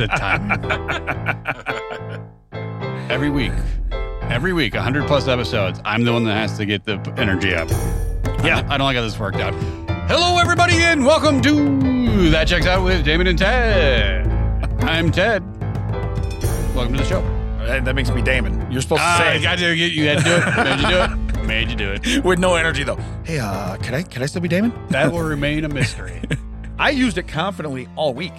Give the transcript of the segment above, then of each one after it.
the time. Every week, every week, 100 plus episodes, I'm the one that has to get the energy up. Yeah. I don't like how this worked out. Hello, everybody, and welcome to That Checks Out with Damon and Ted. I'm Ted. Welcome to the show. That, that makes me Damon. You're supposed to Ah, say I it. got to get you. Had to do it. Made you do it. Made you do it. with no energy though. Hey, uh, can I can I still be Damon? That will remain a mystery. I used it confidently all week.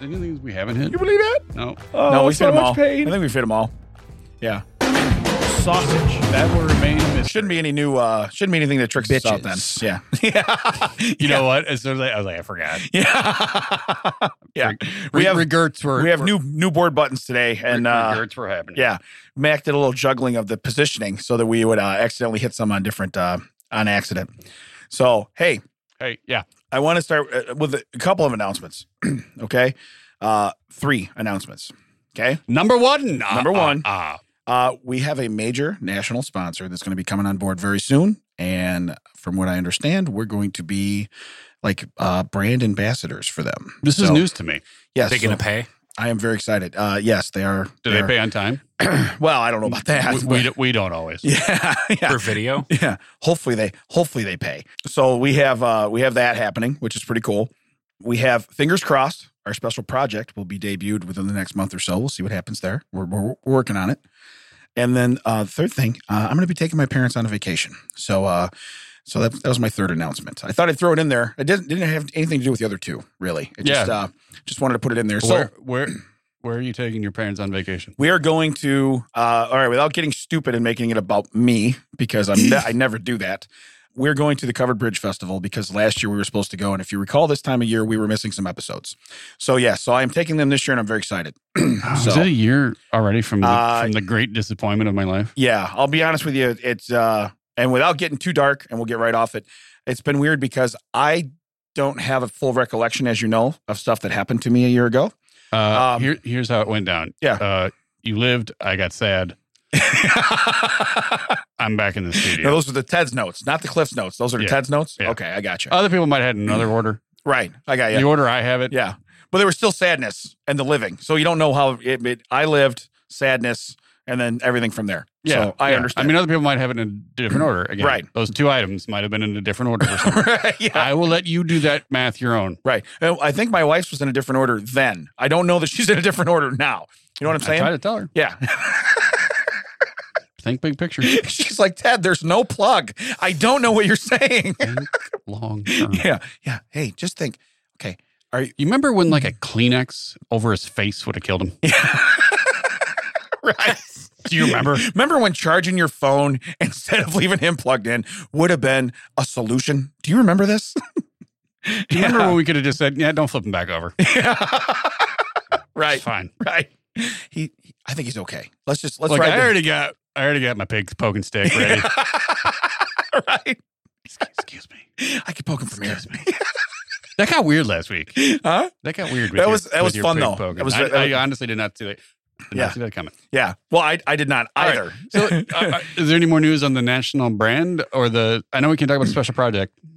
Anything we haven't hit? you believe that? No. Oh, no, we fit them all. I pain. think we fit them all. Yeah, Sausage. That will remain a mystery. shouldn't be any new. uh Shouldn't be anything that tricks us out then. Bitches. Yeah, You know what? As soon as I, I was like, I forgot. yeah, yeah. We We have regrets were we have were- new new board buttons today, and uh regrets were happening. yeah, Mac did a little juggling of the positioning so that we would uh, accidentally hit some on different uh on accident. So hey, Hey, yeah. I want to start uh, with a couple of announcements. okay, uh, three announcements. Okay, Number one. Ah, Number ah, one. Ah. uh, we have a major national sponsor that's going to be coming on board very soon, and from what I understand, we're going to be like uh, brand ambassadors for them. This is So, news to me. Yes, They so gonna pay? I am very excited. Uh, yes, they are. Do they pay on time? pay? Well, I don't know about that. we, we, don't- we don't always. yeah, yeah. for video. Yeah. Hopefully they hopefully they pay. So we have uh we have that happening, which is pretty cool. We have fingers crossed. Our special project will be debuted within the next month or so. We'll see what happens there. We're, we're, we're working on it. And then uh, the third thing, uh, I'm going to be taking my parents on a vacation. So uh, so that, that was my third announcement. I thought I'd throw it in there. It didn't didn't have anything to do with the other two really. It just Yeah. uh, just wanted to put it in there. So where, where where are you taking your parents on vacation? we are going to uh, all right without getting stupid and making it about me because I'm ne- I never do that. We're going to the Covered Bridge Festival because last year we were supposed to go, and if you recall, this time of year we were missing some episodes. So yeah, so I am taking them this year, and I'm very excited. Oh, is So- it a year already from the, Oh. Uh, from the great disappointment of my life? Yeah, I'll be honest with you. It's uh, and without getting too dark, and we'll get right off it. It's been weird because I don't have a full recollection, as you know, of stuff that happened to me a year ago. Uh, um, here, here's how it went down. Yeah. Uh, you lived. I got sad. I'm back in the No, studio. those are the Ted's notes, not the Cliff's notes. Those are the Yeah. Ted's notes. Yeah. Okay, I got you. Other people might have had another order. right, I got you. The order I have it. Yeah. But there was still sadness and the living. So you don't know how it, it I lived sadness and then everything from there. Yeah, So I yeah. understand. I mean, other people might have it in a different order. Again, Right. Those two items might have been in a different order. Or something. right. Yeah. I will let you do that math your own. Right. And I think my wife's was in a different order then. I don't know that she's in a different order now. You know what I'm I try saying? to tell her. Yeah. Think big picture. she's like, Ted, there's no plug. I don't know what you're saying. Think long term. yeah. Yeah. Hey, just think. Okay. You remember when like a Kleenex over his face would have killed him? Right. Do you remember? Remember when charging your phone instead of leaving him plugged in would have been a solution? Do you remember this? Do you remember when we could have just said, "Yeah, don't flip him back over. It's right. fine." right. He, he- I think he's okay. Let's just let's Look, ride I the- already got, I already got my pig's poking stick ready. right. excuse, excuse me. I could poke him from here. Excuse me. That got weird last week. Huh? That got weird. With That your- was- with that was your fun, pig though. poking. That was- I, that was- I honestly did not see that. Did Yeah. not see that coming. Yeah. Well, I I did not All right. either. So, uh, uh, is there any more news on the national brand or the? I know we can talk about a special project.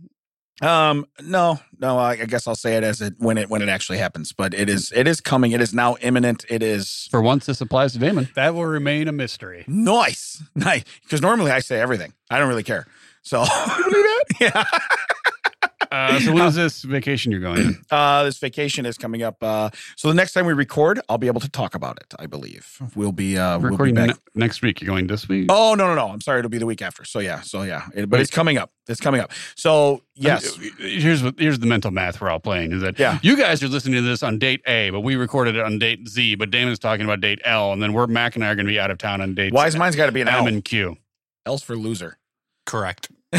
Um. No. No. I, I guess I'll say it as it when it when it actually happens. But it is it is coming. It is now imminent. It is For once, this applies to Damon. That will remain a mystery. nice. Nice. Because normally I say everything. I don't really care. So yeah. Uh, so, when's this vacation you're going on? Uh, this vacation is coming up. Uh, so the next time we record, I'll be able to talk about it. I believe we'll be uh, we'll be Recording back. ne- next week. You're going this week. Oh no no no! I'm sorry. It'll be the week after. So yeah, so yeah. It- but Wait. it's coming up. It's coming up. So yes, I mean, Here's what here's the mental math we're all playing is that Yeah. you guys are listening to this on date A, but we recorded it on date Z, but Damon's talking about date L, and then we're Mac and I are going to be out of town on dates wise mind's got to be an M L. and Q. L's for loser. Correct.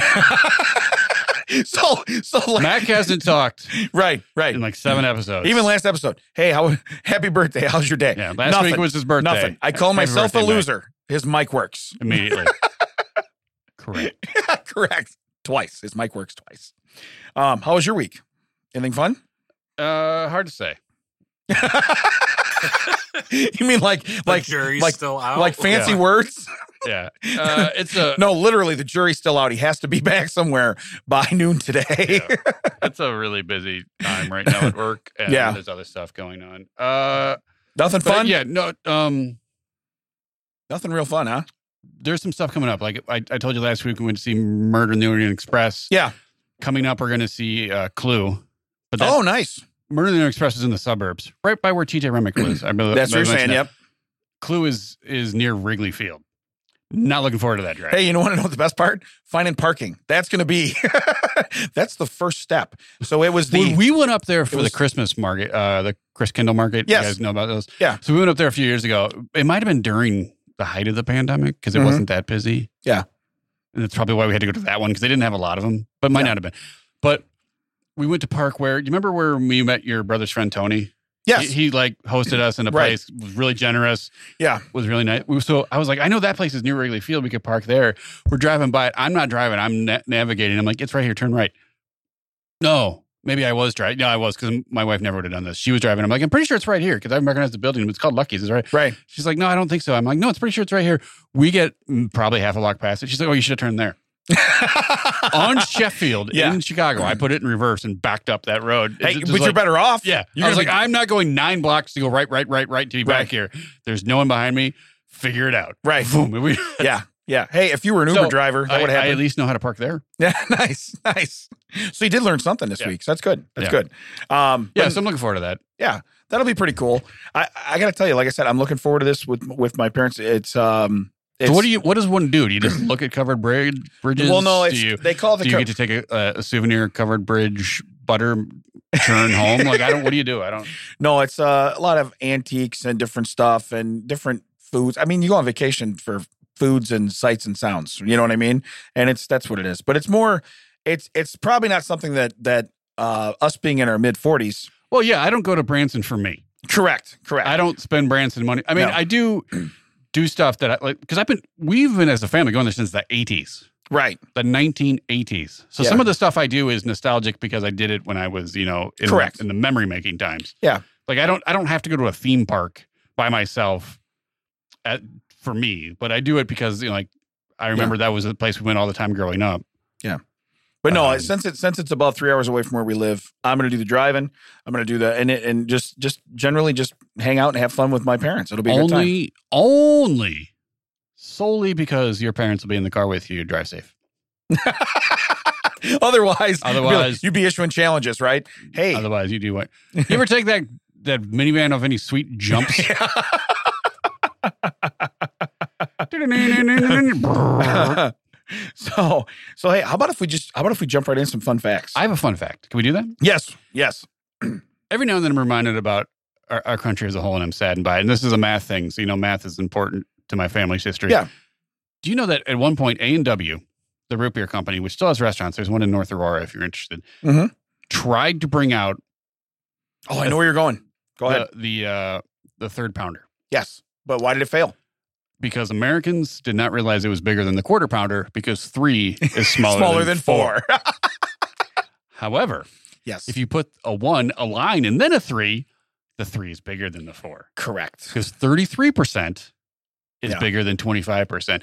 so so like, Mac hasn't talked right right. in like seven episodes. Even last episode. Hey, how happy birthday? How's your day? yeah, last Nothing. week was his birthday. Nothing. I call Happy myself birthday, a Mac. loser. His mic works. immediately. Correct. Correct. Twice. His mic works twice. Um, how was your week? Anything fun? Uh, hard to say. you mean like like the jury's like- still out. like fancy words? Yeah, uh, it's a No, literally, the jury's still out. He has to be back somewhere by noon today. it's a really busy time. time right now at work. And Yeah. There's other stuff going on. Uh, Nothing but fun? Yeah. No. Um. Nothing real fun, huh? There's some stuff coming up. Like I, I told you last week, we went to see Murder in the Orient Express. Yeah. Coming up, we're going to see uh, Clue. But that, Oh, nice. Murder in the Orient Express is in the suburbs, right by where TJ Remick was. I believe That's what you're I mentioned saying. that. Yep. Clue is is near Wrigley Field. Not looking forward to that drive. Hey, you know what? I know the best part? Finding parking. That's going to be, that's the first step. So it was the, when we went up there for was- the Christmas market, uh, the Chris Kindle market. Yes. You guys know about those? Yeah. So we went up there a few years ago. It might have been during the height of the pandemic because it Mhm. wasn't that busy. Yeah. And that's probably why we had to go to that one because they didn't have a lot of them, but might Yeah. not have been. But we went to Park where, do you remember where we met your brother's friend Tony? yes. He, he, like hosted us in a Right. place, was really generous. Yeah. Was really nice. We- So I was like, I know that place is near Wrigley Field. We could park there. We're driving by it. I'm not driving. I'm na- navigating. I'm like, it's right here. Turn right. No, maybe I was driving. No, I was because my wife never would have done this. She was driving. I'm like, I'm pretty sure it's right here because I recognize the building. It's called Lucky's. Is right. right. She's like, no, I don't think so. I'm like, no, it's pretty sure it's right here. We get mm, probably half a block past it. She's like, oh, you should have turned there on Sheffield Yeah. in Chicago. I put it in reverse and backed up that road. It's hey, just but like- you're better off. yeah. You're I was gonna like, be- I'm not going nine blocks to go right, right, right, right to be Right. back here. There's no one behind me. Figure it out. Right. Boom. We- Yeah. Yeah. Hey, if you were an Uber So, driver, that I, would I happen. at least know how to park there. Yeah, nice, nice. So you did learn something this Yeah. week. So that's good. That's Yeah. good. Um, Yeah. but So I'm looking forward to that. that'll be pretty cool. I, I got to tell you, like I said, I'm looking forward to this with with my parents. It's um, it's, so what do you? What does one do? Do you just look at covered bridge, bridges? Well, no, do it's, you? they call the Do you co- get to take a, a- a souvenir covered bridge butter churn home? Like I don't. What do you do? I don't. no. It's uh, a lot of antiques and different stuff and different foods. I mean, you go on vacation for foods and sights and sounds. You know what I mean? And it's that's what it is. But it's more. It's it's probably not something that that uh, us being in our mid 40s. Well, yeah, I don't go to Branson for me. Correct. Correct. I don't spend Branson money. I mean, No. I do do stuff that I like because I've been. We've been as a family going there since the 80s. right. the 1980s. So Yeah. some of the stuff I do is nostalgic because I did it when I was, you know, in, Correct. in the memory making times. Yeah. Like I don't I don't have to go to a theme park by myself at for me, but I do it because you know, like I remember that was the place we went all the time growing up. But no, Um, since it since it's about three hours away from where we live, I'm going to do the driving. I'm going to do the and it, and just just generally just hang out and have fun with my parents. It'll be a good time. Only only solely because your parents will be in the car with you, drive safe. Otherwise, you'd be like- Otherwise- you'd be issuing challenges, right? Hey, Otherwise you do what you ever take that that minivan off any sweet jumps? so so hey, how about if we just how about if we jump right in some fun facts? I have a fun fact. Can we do that? yes, yes, every now and then I'm reminded about our, our country as a whole, and I'm saddened by it. And this is a math thing, so you know math is important to my family's history. Yeah. Do you know that at one point A and W, the root beer company, which still has restaurants, there's one in North Aurora if you're interested, Mhm. tried to bring out Oh, I know where you're going. Go ahead. the the, uh, the third pounder yes, but why did it fail? because Americans did not realize it was bigger than the quarter pounder because three is smaller, than, four. However, yes, if you put a one, a line, and then a three, the three is bigger than the four. correct. because 33% is Yeah. bigger than 25%.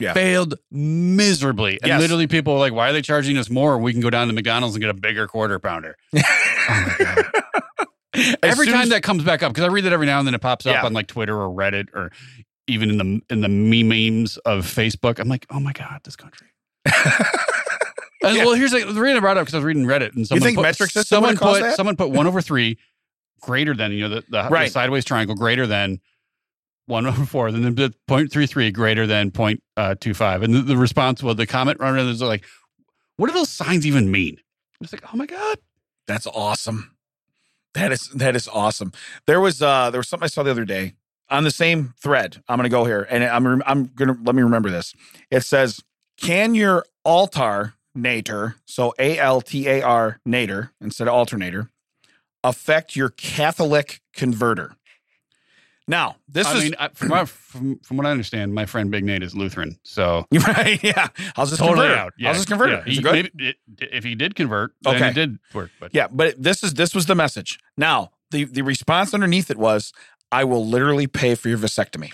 Yeah. Failed miserably. And Yes. literally, people were like, why are they charging us more? We can go down to McDonald's and get a bigger quarter pounder. my God. As every soon time as- that comes back up, because I read that every now and then it pops up Yeah. on like Twitter or Reddit or even in the in the memes of Facebook. I'm like, oh my God, this country. And, Well, here's like, the reason I brought it up because I was reading Reddit and someone think put, metric system someone would've caused put that? someone put one over three greater than you know the, the, Right. the sideways triangle greater than one over four, then the- the point three three greater than point uh, two five, and the, the response was the comment runner is like, what do those signs even mean? It's like, oh my god, That's awesome. That is that is awesome. There was uh there was something I saw the other day on the same thread. I'm gonna go here and I'm I'm gonna let me remember this. It says, "Can your altar nator so A L T A R nator instead of alternator affect your Catholic converter?" Now this I is mean, I, from, what- from from what I understand, my friend Big Nate is Lutheran, so right. Yeah, how's this converter? Yeah, How's this converter? yeah. Is He- it good? maybe it- if he did convert, then Okay. it did work. But Yeah, but this is this was the message. Now the the response underneath it was, "I will literally pay for your vasectomy."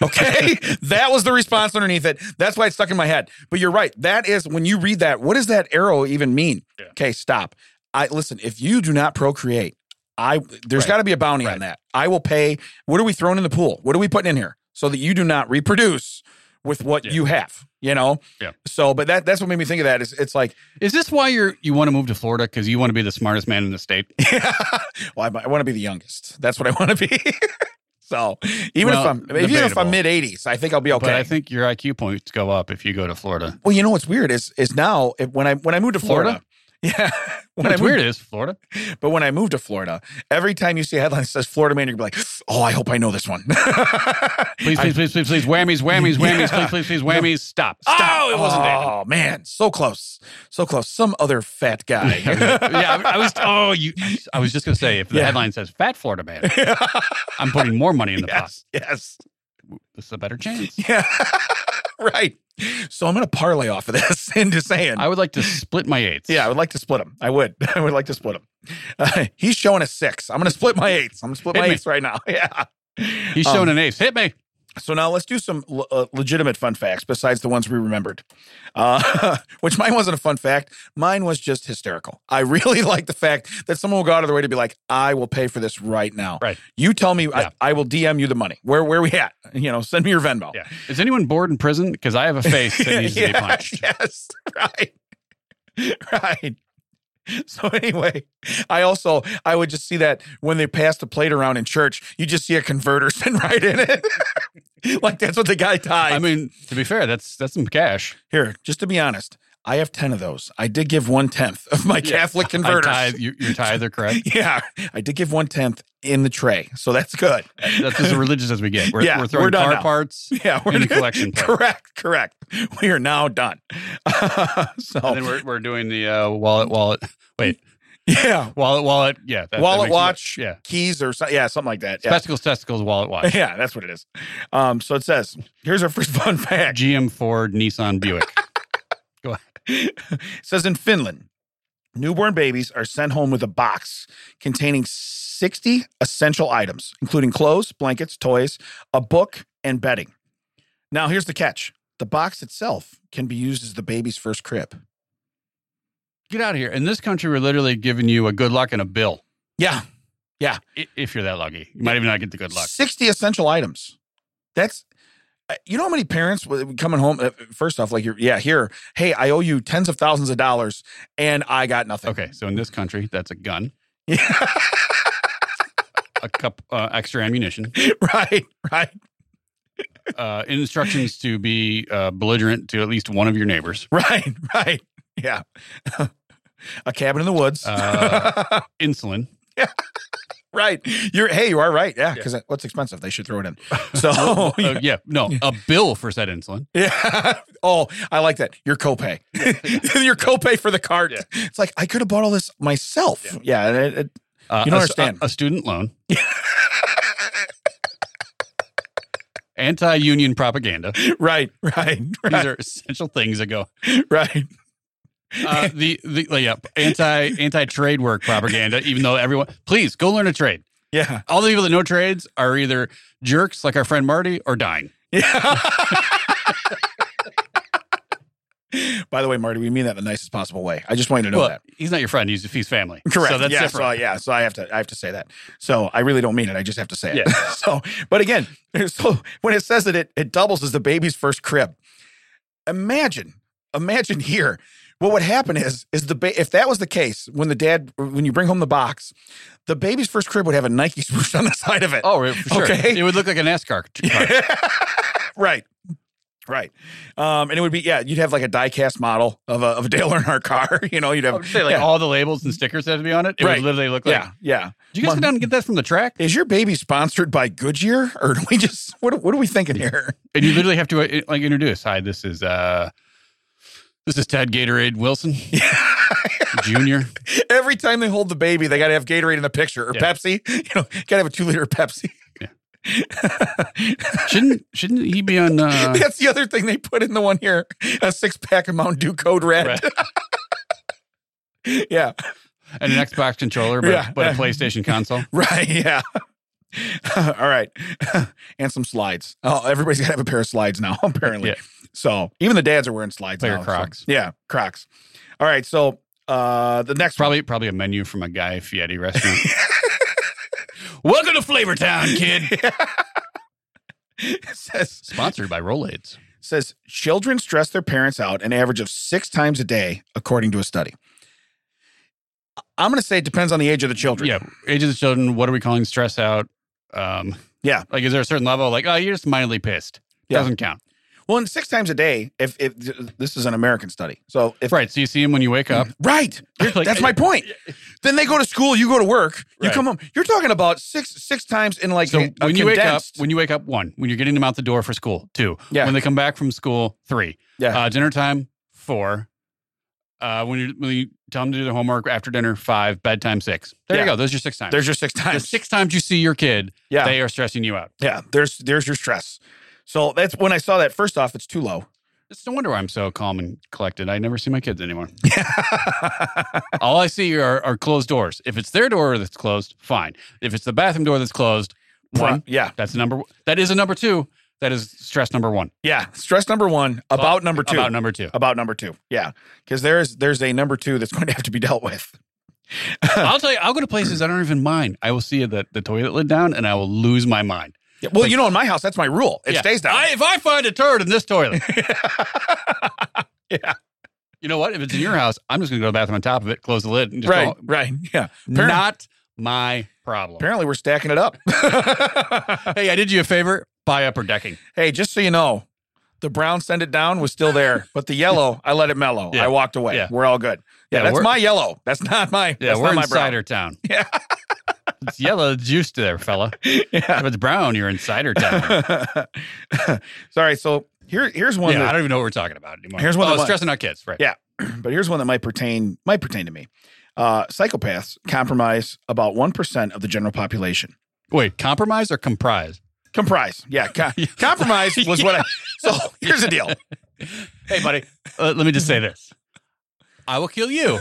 Okay, that was the response underneath it. That's why it stuck in my head. But you're right. That is when you read that. What does that arrow even mean? Yeah. Okay, stop. I listen. If you do not procreate, I there's Right. got to be a bounty Right. on that. I will pay. What are we throwing in the pool? What are we putting in here so that you do not reproduce with what Yeah. you have? You know. Yeah. So, but that that's what made me think of that. Is it's like, Is this why you're you want to move to Florida because you want to be the smartest man in the state? well, I, want to be the youngest. That's what I want to be. so, even Well, if I'm even if debatable. I'm mid 80s, I think I'll be okay. But I think your IQ points go up if you go to Florida. well, you know what's weird is is now if, when I when I moved to Florida. Florida? Yeah. When I What's moved, weird is Florida. But when I moved to Florida, every time you see a headline that says Florida man, you're gonna be like, oh, I hope I know this one. Please, please, please, please, please, whammies, whammies, whammies, Yeah. please, please, please, whammies. Stop. Oh, Stop. it wasn't Oh man, so close, so close. Some other fat guy. yeah, I I was. Oh, you. I was just gonna say if the Yeah. headline says "Fat Florida Man," I'm putting more money in the pot. yes, yes, This is a better chance. yeah, right. So I'm gonna parlay off of this and just saying, I would like to split my eights. yeah, I would like to split them. I would, I would like to split them. he's showing a six. I'm gonna split my eights. I'm gonna split Hit my me. eights right now. Yeah. he's Um, showing an ace. Hit me. So now let's do some le- uh, legitimate fun facts besides the ones we remembered, uh, which mine wasn't a fun fact. Mine was just hysterical. I really like the fact that someone will go out of their way to be like, "I will pay for this right now." Right. You tell me, Yeah. I, I will DM you the money. Where where we at? You know, send me your Venmo. Yeah. Is anyone bored in prison? Because I have a face that needs to be Yeah, punched. Yes, right, right. So anyway, I also I would just see that when they pass the plate around in church, you just see a converter sitting right in it. like that's what the guy tied. I mean, to be fair, that's that's some cash. Here, just to be honest, I have 10 of those. I did give one tenth of my Yeah. Catholic converters. I tithe, you, your tithe are correct. yeah, I did give one tenth in the tray. So that's good. That's as religious as we get. We're, Yeah, we're throwing we're done car now. parts Yeah, in the collection plate. Correct, correct. We are now done. so, And then we're, we're doing the uh, wallet, wallet, wait, yeah, wallet, wallet. Yeah. that- that wallet makes- watch, Yeah. keys, or so, yeah, something like that. Yeah. Spectacles, testicles, wallet watch. yeah, that's what it is. Um, so it says, here's our first fun fact. GM Ford, Nissan Buick. It says in Finland, newborn babies are sent home with a box containing 60 essential items, including clothes, blankets, toys, a book, and bedding. Now, here's the catch the box itself can be used as the baby's first crib. Get out of here. In this country, we're literally giving you a good luck and a bill. Yeah, i- If you're that lucky, you might even not get the good luck. 60 essential items. That's. uh, You know how many parents would- coming home? uh, First off, like you're, yeah, here, hey, I owe you tens of thousands of dollars, and I got nothing. Okay. So in this country, that's a gun, Yeah. a cup, uh, extra ammunition, right, right. uh, instructions to be uh, belligerent to at least one of your neighbors. Right, right. Yeah. a cabin in the woods. Uh, Insulin. right. You're hey, you are right. Yeah, Yeah. cuz what's expensive, they should throw it in. So Uh, yeah. No, a bill for said insulin. yeah. Oh, I like that. Your copay. Your copay for the cart. Yeah. It's like I could have bought all this myself. Yeah. Yeah, and it, it- Uh, You don't a- understand. A, a student loan. Anti union propaganda. right, right, These right, are essential things that go. right. Uh, the the like, yeah, anti anti trade work propaganda. Even though everyone, please go learn a trade. Yeah. All the people that know trades are either jerks like our friend Marty or dying. Yeah. By the way, Marty, we mean that in the nicest possible way. I just want you to know well, that. he's not your friend. He's he's family. Correct. So that's yeah, different. So, yeah. So I have to I have to say that. So I really don't mean it. I just have to say it. Yeah. so but again, so when it says that it it doubles as the baby's first crib. Imagine, imagine here. What would happen is is the ba- if that was the case, when the dad when you bring home the box, the baby's first crib would have a Nike swoosh on the side of it. Oh, for sure. Okay. It would look like a NASCAR car. right. Right. Um, and it would be, yeah, you'd have like a diecast model of a, of a Dale Earnhardt car. You know, you'd I have, would say like yeah, all the labels and stickers that have to be on it. It Right. would literally look like. yeah, yeah. Did you guys Mon- go down and get that from the track? Is your baby sponsored by Goodyear, or do we just what? What are we thinking here? And you literally have to uh, like introduce. Hi, this is uh this is Ted Gatorade Wilson Jr. Every time they hold the baby, they got to have Gatorade in the picture or Yeah. Pepsi. You know, got to have a two liter Pepsi. Shouldn't shouldn't he be on uh That's the other thing they put in the one here: a six pack of Mountain Dew Code Red. yeah, an Xbox controller but, Yeah. but a PlayStation console? right. Yeah. All right, and some slides. Oh, everybody's got to have a pair of slides now, apparently. Yeah. So even the dads are wearing slides. Player now, so- Crocs. Yeah, Crocs. All right. So Uh, the next Probably probably a menu from a Guy Fieri restaurant. Welcome to Flavortown, kid. one says Sponsored by Rolades. says children stress their parents out an average of six times a day, according to a study. I'm going to say it depends on the age of the children. Yeah, age of the children. What are we calling stress out? Um, Yeah. like is there a certain level? Like, oh, you're just mildly pissed. Yeah. Doesn't count, Well, and six times a day. If, if this is an American study, so if right? So you see him when you wake up. Mm-hmm. Right. You're- Like, that's my point. Then they go to school, you go to work, you Right. come home. You're talking about six six times in like So a- a when you wake up, condensed- when you wake up, one. When you're getting them out the door for school, two. Yeah. When they come back from school, three. Yeah. Uh, dinner time, four. Uh, when you when you tell them to do their homework after dinner, five. Bedtime, six. There Yeah. you go. Those are your six times. there's your six the times. six times you see your kid, yeah. they are stressing you out. yeah. There's there's your stress. So that's when I saw that first off, it's too low. It's no wonder why I'm so calm and collected. I never see my kids anymore. All I see are, are closed doors. If it's their door that's closed, fine. If it's the bathroom door that's closed, one. Yeah. That's a number. That is a number two. That is stress number one. Yeah. Stress number one, about number two. About number two. About number two. Yeah. Because there's there's a number two that's going to have to be dealt with. I'll tell you. I'll go to places I don't even mind. I will see the the toilet lid down, and I will lose my mind. Yeah, Well, Like- you know, in my house, that's my rule. It Yeah. stays down. I, if I find a turd in this toilet, Yeah. you know what? If it's in your house, I'm just going to go to the bathroom on top of it, close the lid, and just right. go. Right. Yeah. Apparently, Not my problem. apparently we're stacking it up. Hey, I did you a favor. Buy upper decking. Hey, just so you know, the brown send it down was still there, but the yellow, I let it mellow. Yeah. I walked away. Yeah. We're all good. Yeah, Yeah, that's we're- my yellow. That's not my. Yeah, that's we're not my in cider town. Yeah. it's yellow juice to there, fella. brown. If it's brown, you're in cider town. Yeah. Sorry. So here, here's one. yeah, I that- don't even know what we're talking about anymore. Here's one Oh, that- stressing out kids, right? Yeah. but here's one that might pertain might pertain to me. Uh, psychopaths compromise about one percent of the general population. Wait, compromise or comprise? Comprise. Yeah. co- compromise was what I. So here's the deal. Hey, buddy, uh, let me just say this. I will kill you,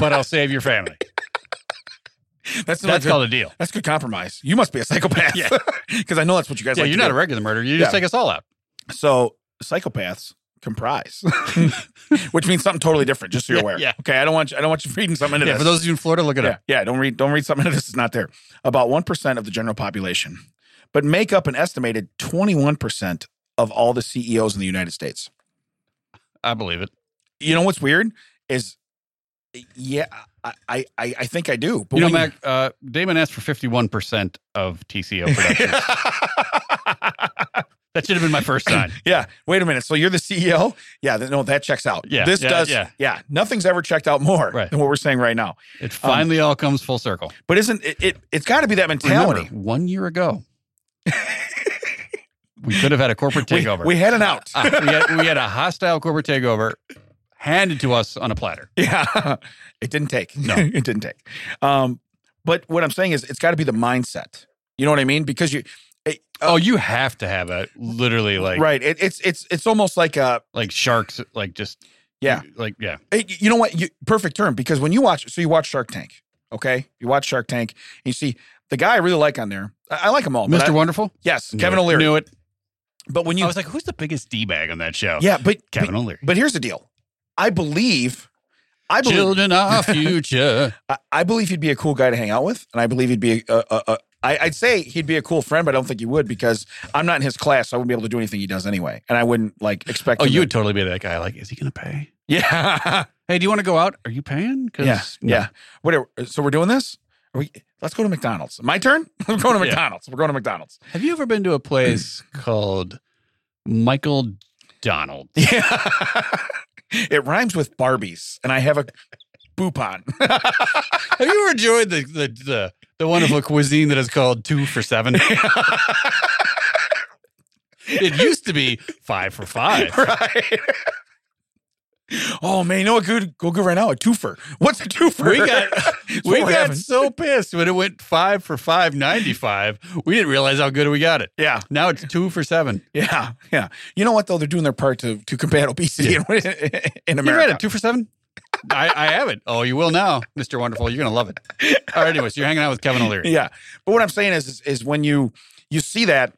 but I'll save your family. That's that's called. called a deal. That's good compromise. You must be a psychopath. Yeah. Because I know that's what you guys Yeah, like. you're to not do. a regular murderer. You Yeah. just take us all out. So psychopaths comprise, which means something totally different. Just so you're Yeah, aware. yeah. Okay. I don't want you, I don't want you reading something into Yeah, this. for those of you in Florida, look it yeah, up. yeah. Don't read. Don't read something into this. It's not there. About one percent of the general population, but make up an estimated twenty-one percent of all the CEOs in the United States. I believe it. You know what's weird is, yeah, I I I I think I do. But you know, when Mac, uh, Damon asked for 51% of TCO production. that should have been my first sign. Yeah. Wait a minute. So you're the CEO? Yeah. th- No, that checks out. Yeah, This yeah, does. Yeah. yeah. Nothing's ever checked out more Right. than what we're saying right now. It finally all comes full circle. But isn't it? it it's got to be that mentality. Remember, one year ago, we could have had a corporate We- takeover. We, had an out. Ah, we, had, we had a hostile corporate takeover handed to us on a platter. yeah. It didn't take. No. it didn't take. Um, but what I'm saying is, it's got to be the mindset. You know what I mean? Because you, it, Oh, you have to have a literally like right? It, it's it's it's almost like a like sharks, like just Yeah. like yeah, It- you know what? You, perfect term because when you watch, so you watch Shark Tank, okay? You watch Shark Tank, and you see the guy I really like on there. I, I like them all, but Mr. I- Wonderful, yes, Oh, Knew Kevin it. O'Leary. knew it. But when you I was like, who's the biggest d bag on that show? Yeah, but Oh, Kevin O'Leary. But, but here's the deal. I believe, I believe, Children are future. I, I believe he'd be a cool guy to hang out with, and I believe he'd be a. a, a, a I, I'd say he'd be a cool friend, but I don't think he would because I'm not in his class. So I wouldn't be able to do anything he does anyway, and I wouldn't like expect. oh, him you to- would totally be that guy. Like, is he gonna pay? yeah, Hey, do you want to go out? Are you paying? 'Cause- yeah, no. yeah. Whatever. So we're doing this. Are we? Let's go to McDonald's. My turn. We're going to Yeah. McDonald's. We're going to McDonald's. Have you ever been to a place called Michael Donald? Yeah. it rhymes with Barbies, and I have a boupon. Have you ever enjoyed the the the, the wonderful cuisine that is called two for seven? it used to be five for five. right? oh man, you know what? Good, go good right now. A twofer. What's a twofer? We got That's we what we're got having. so pissed when it went five for five ninety five. We didn't realize how good we got it. yeah, Now it's two for seven. yeah, yeah. You know what though? They're doing their part to to combat obesity in, in You America. read it two for seven. I, I have it. Oh, you will now, Mister Wonderful. You're gonna love it. All right. Anyway, so you're hanging out with Kevin O'Leary. Yeah, but what I'm saying is, is is when you you see that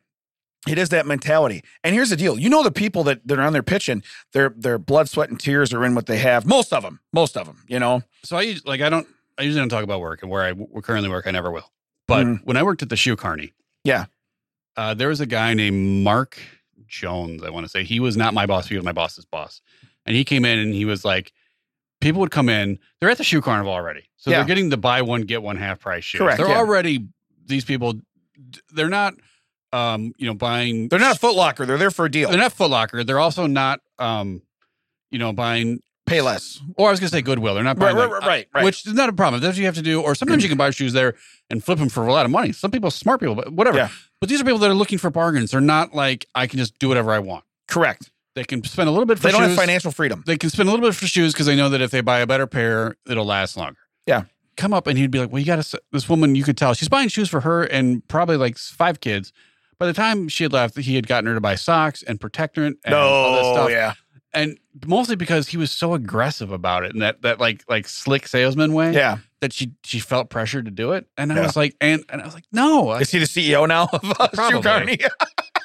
It is that mentality. And here's the deal. You know the people that, that are on there pitching, their their blood, sweat, and tears are in what they have. Most of them. Most of them, you know. So I us- like I don't I usually don't talk about work and where I w- currently work. I never will. But Mhm. when I worked at the shoe carney, Yeah. uh, there was a guy named Mark Jones. I want to say he was not my boss. He was my boss's boss, and he came in and he was like, people would come in. They're at the shoe carnival already, so Yeah. they're getting the buy one get one half price shoes. Correct, They're yeah. already these people. d- They're not, um, you know, buying. They're not a Foot Locker. They're there for a deal. They're not Foot Locker. They're also not, um, you know, buying. Pay less. Or I was going to say Goodwill. They're not Right, buying. right, like, right, right, right. which is not a problem. That's what you have to do. Or sometimes you can buy shoes there and flip them for a lot of money. Some people, smart people, but whatever. Yeah. But these are people that are looking for bargains. They're not like I can just do whatever I want. Correct. They can spend a little bit for They don't have shoes. financial freedom. they can spend a little bit for shoes because they know that if they buy a better pair, it'll last longer. Yeah. Come up and he'd be like, "Well, you got to." This woman, you could tell she's buying shoes for her and probably like five kids. By the time she had left, he had gotten her to buy socks and protectorant and all this No, stuff yeah. and mostly because he was so aggressive about it and that that like like slick salesman way Yeah. that she she felt pressured to do it and i Yeah. was like and, and i was like no like, Is he the CEO now of uh, Shoe Probably. Carney?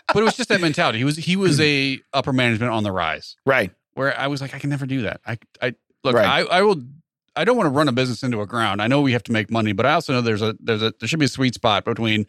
but it was just that mentality he was he was a upper management on the rise right. where i was like i can never do that i i look Right. i i will i don't want to run a business into a ground i know we have to make money but i also know there's a there's a there should be a sweet spot between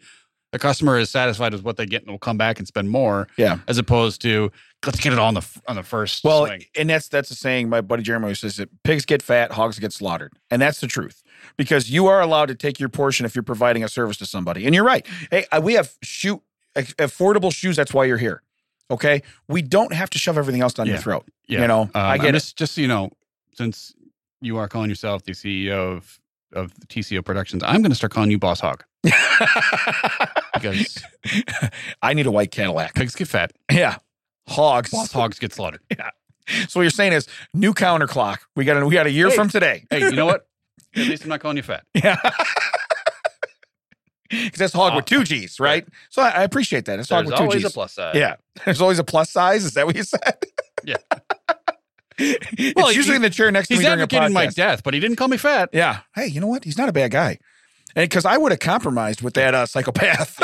the customer is satisfied with what they get and will come back and spend more Yeah. as opposed to let's get it on the f- on the first Well, swing. and that's that's a saying my buddy Jeremy always says that pigs get fat, hogs get slaughtered, and that's the truth because you are allowed to take your portion if you're providing a service to somebody. And you're right. Hey, I- we have shoe ac- affordable shoes. That's why you're here. Okay, we don't have to shove everything else down your Yeah. throat. Yeah. You know, Um, I get I'm it. just, just so you know, since you are calling yourself the CEO of of TCO Productions, I'm going to start calling you Boss Hog because I need a white Cadillac. pigs get fat, Yeah, hogs. boss hogs get slaughtered. So what you're saying is new counter clock. We got a, we got a year Hey. from today. Hey, you know what? At least I'm not calling you fat. Yeah. Because that's hog Uh, with two G's, right? So I, I appreciate that. It's hog There's with two always G's. a plus side. yeah. There's always a plus size. Is that what you said? Uh, Yeah. it's Well, usually he- in the chair next to me He's during a podcast. advocating my death, but he didn't call me fat. yeah. Hey, you know what? He's not a bad guy. And because I would have compromised with that uh, psychopath.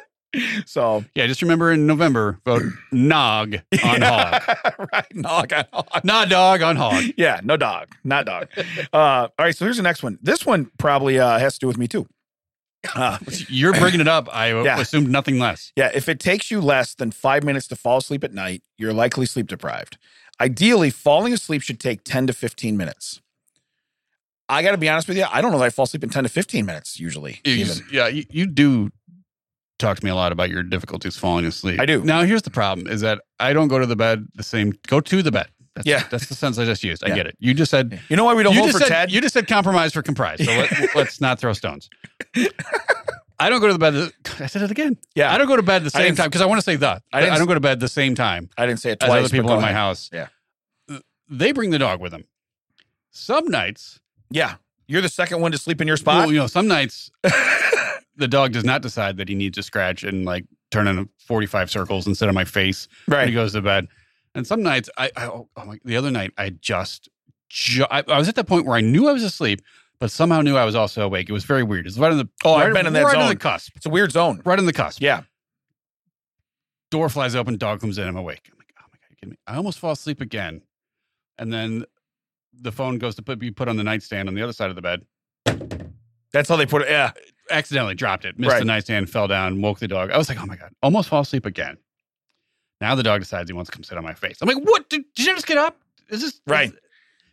so, Yeah, just remember in November, vote Nog on Hog. right. Nog on hog. Nah, dog on Hog. Yeah, no dog, not dog. uh, all right, so here's the next one. This one probably uh, has to do with me too. Uh, You're bringing it up. I Yeah. assumed nothing less. Yeah, if it takes you less than five minutes to fall asleep at night, you're likely sleep deprived. Ideally, falling asleep should take 10 to 15 minutes. I got to be honest with you, I don't know that I fall asleep in 10 to 15 minutes usually. You- even. yeah, you, you do talk to me a lot about your difficulties falling asleep. I do. Now, here's the problem: is that I don't go to the bed the same. Go to the bed. That's, Yeah. that's the sense I just used. I Yeah. get it. You just said You know why we don't you hold just for said Ted? you just said compromise for comprise. So let, let's not throw stones. I don't go to the bed. The, I said it again. yeah, I don't go to bed the I same didn't- time because I want to say that. I I, didn't- don't go to bed the same time I didn't say it as twice. other but people go in my ahead. house. Yeah. They bring the dog with them. Some nights, Yeah, you're the second one to sleep in your well, spot. you know, some nights the dog does not decide that he needs to scratch and like turn in 45 circles instead of my face when he right. goes to bed. And some nights, I, I oh oh my, the other night, I just, ju- I, I was at the point where I knew I was asleep, but somehow knew I was also awake. It was very weird. It's right on the, Oh, right, I've been in that right on zone. the cusp, It's a weird zone. right on the cusp. Yeah. Door flies open, dog comes in, I'm awake. I'm like, oh my God, you kidding me? I almost fall asleep again. And then the phone goes to put, be put on the nightstand on the other side of the bed. That's how they put it. Yeah. accidentally dropped it, missed Right. the nightstand, fell down, woke the dog. I was like, oh my God, almost fall asleep again. Now the dog decides he wants to come sit on my face. I'm like, what? Did, did you just get up? Is this Right. Is, is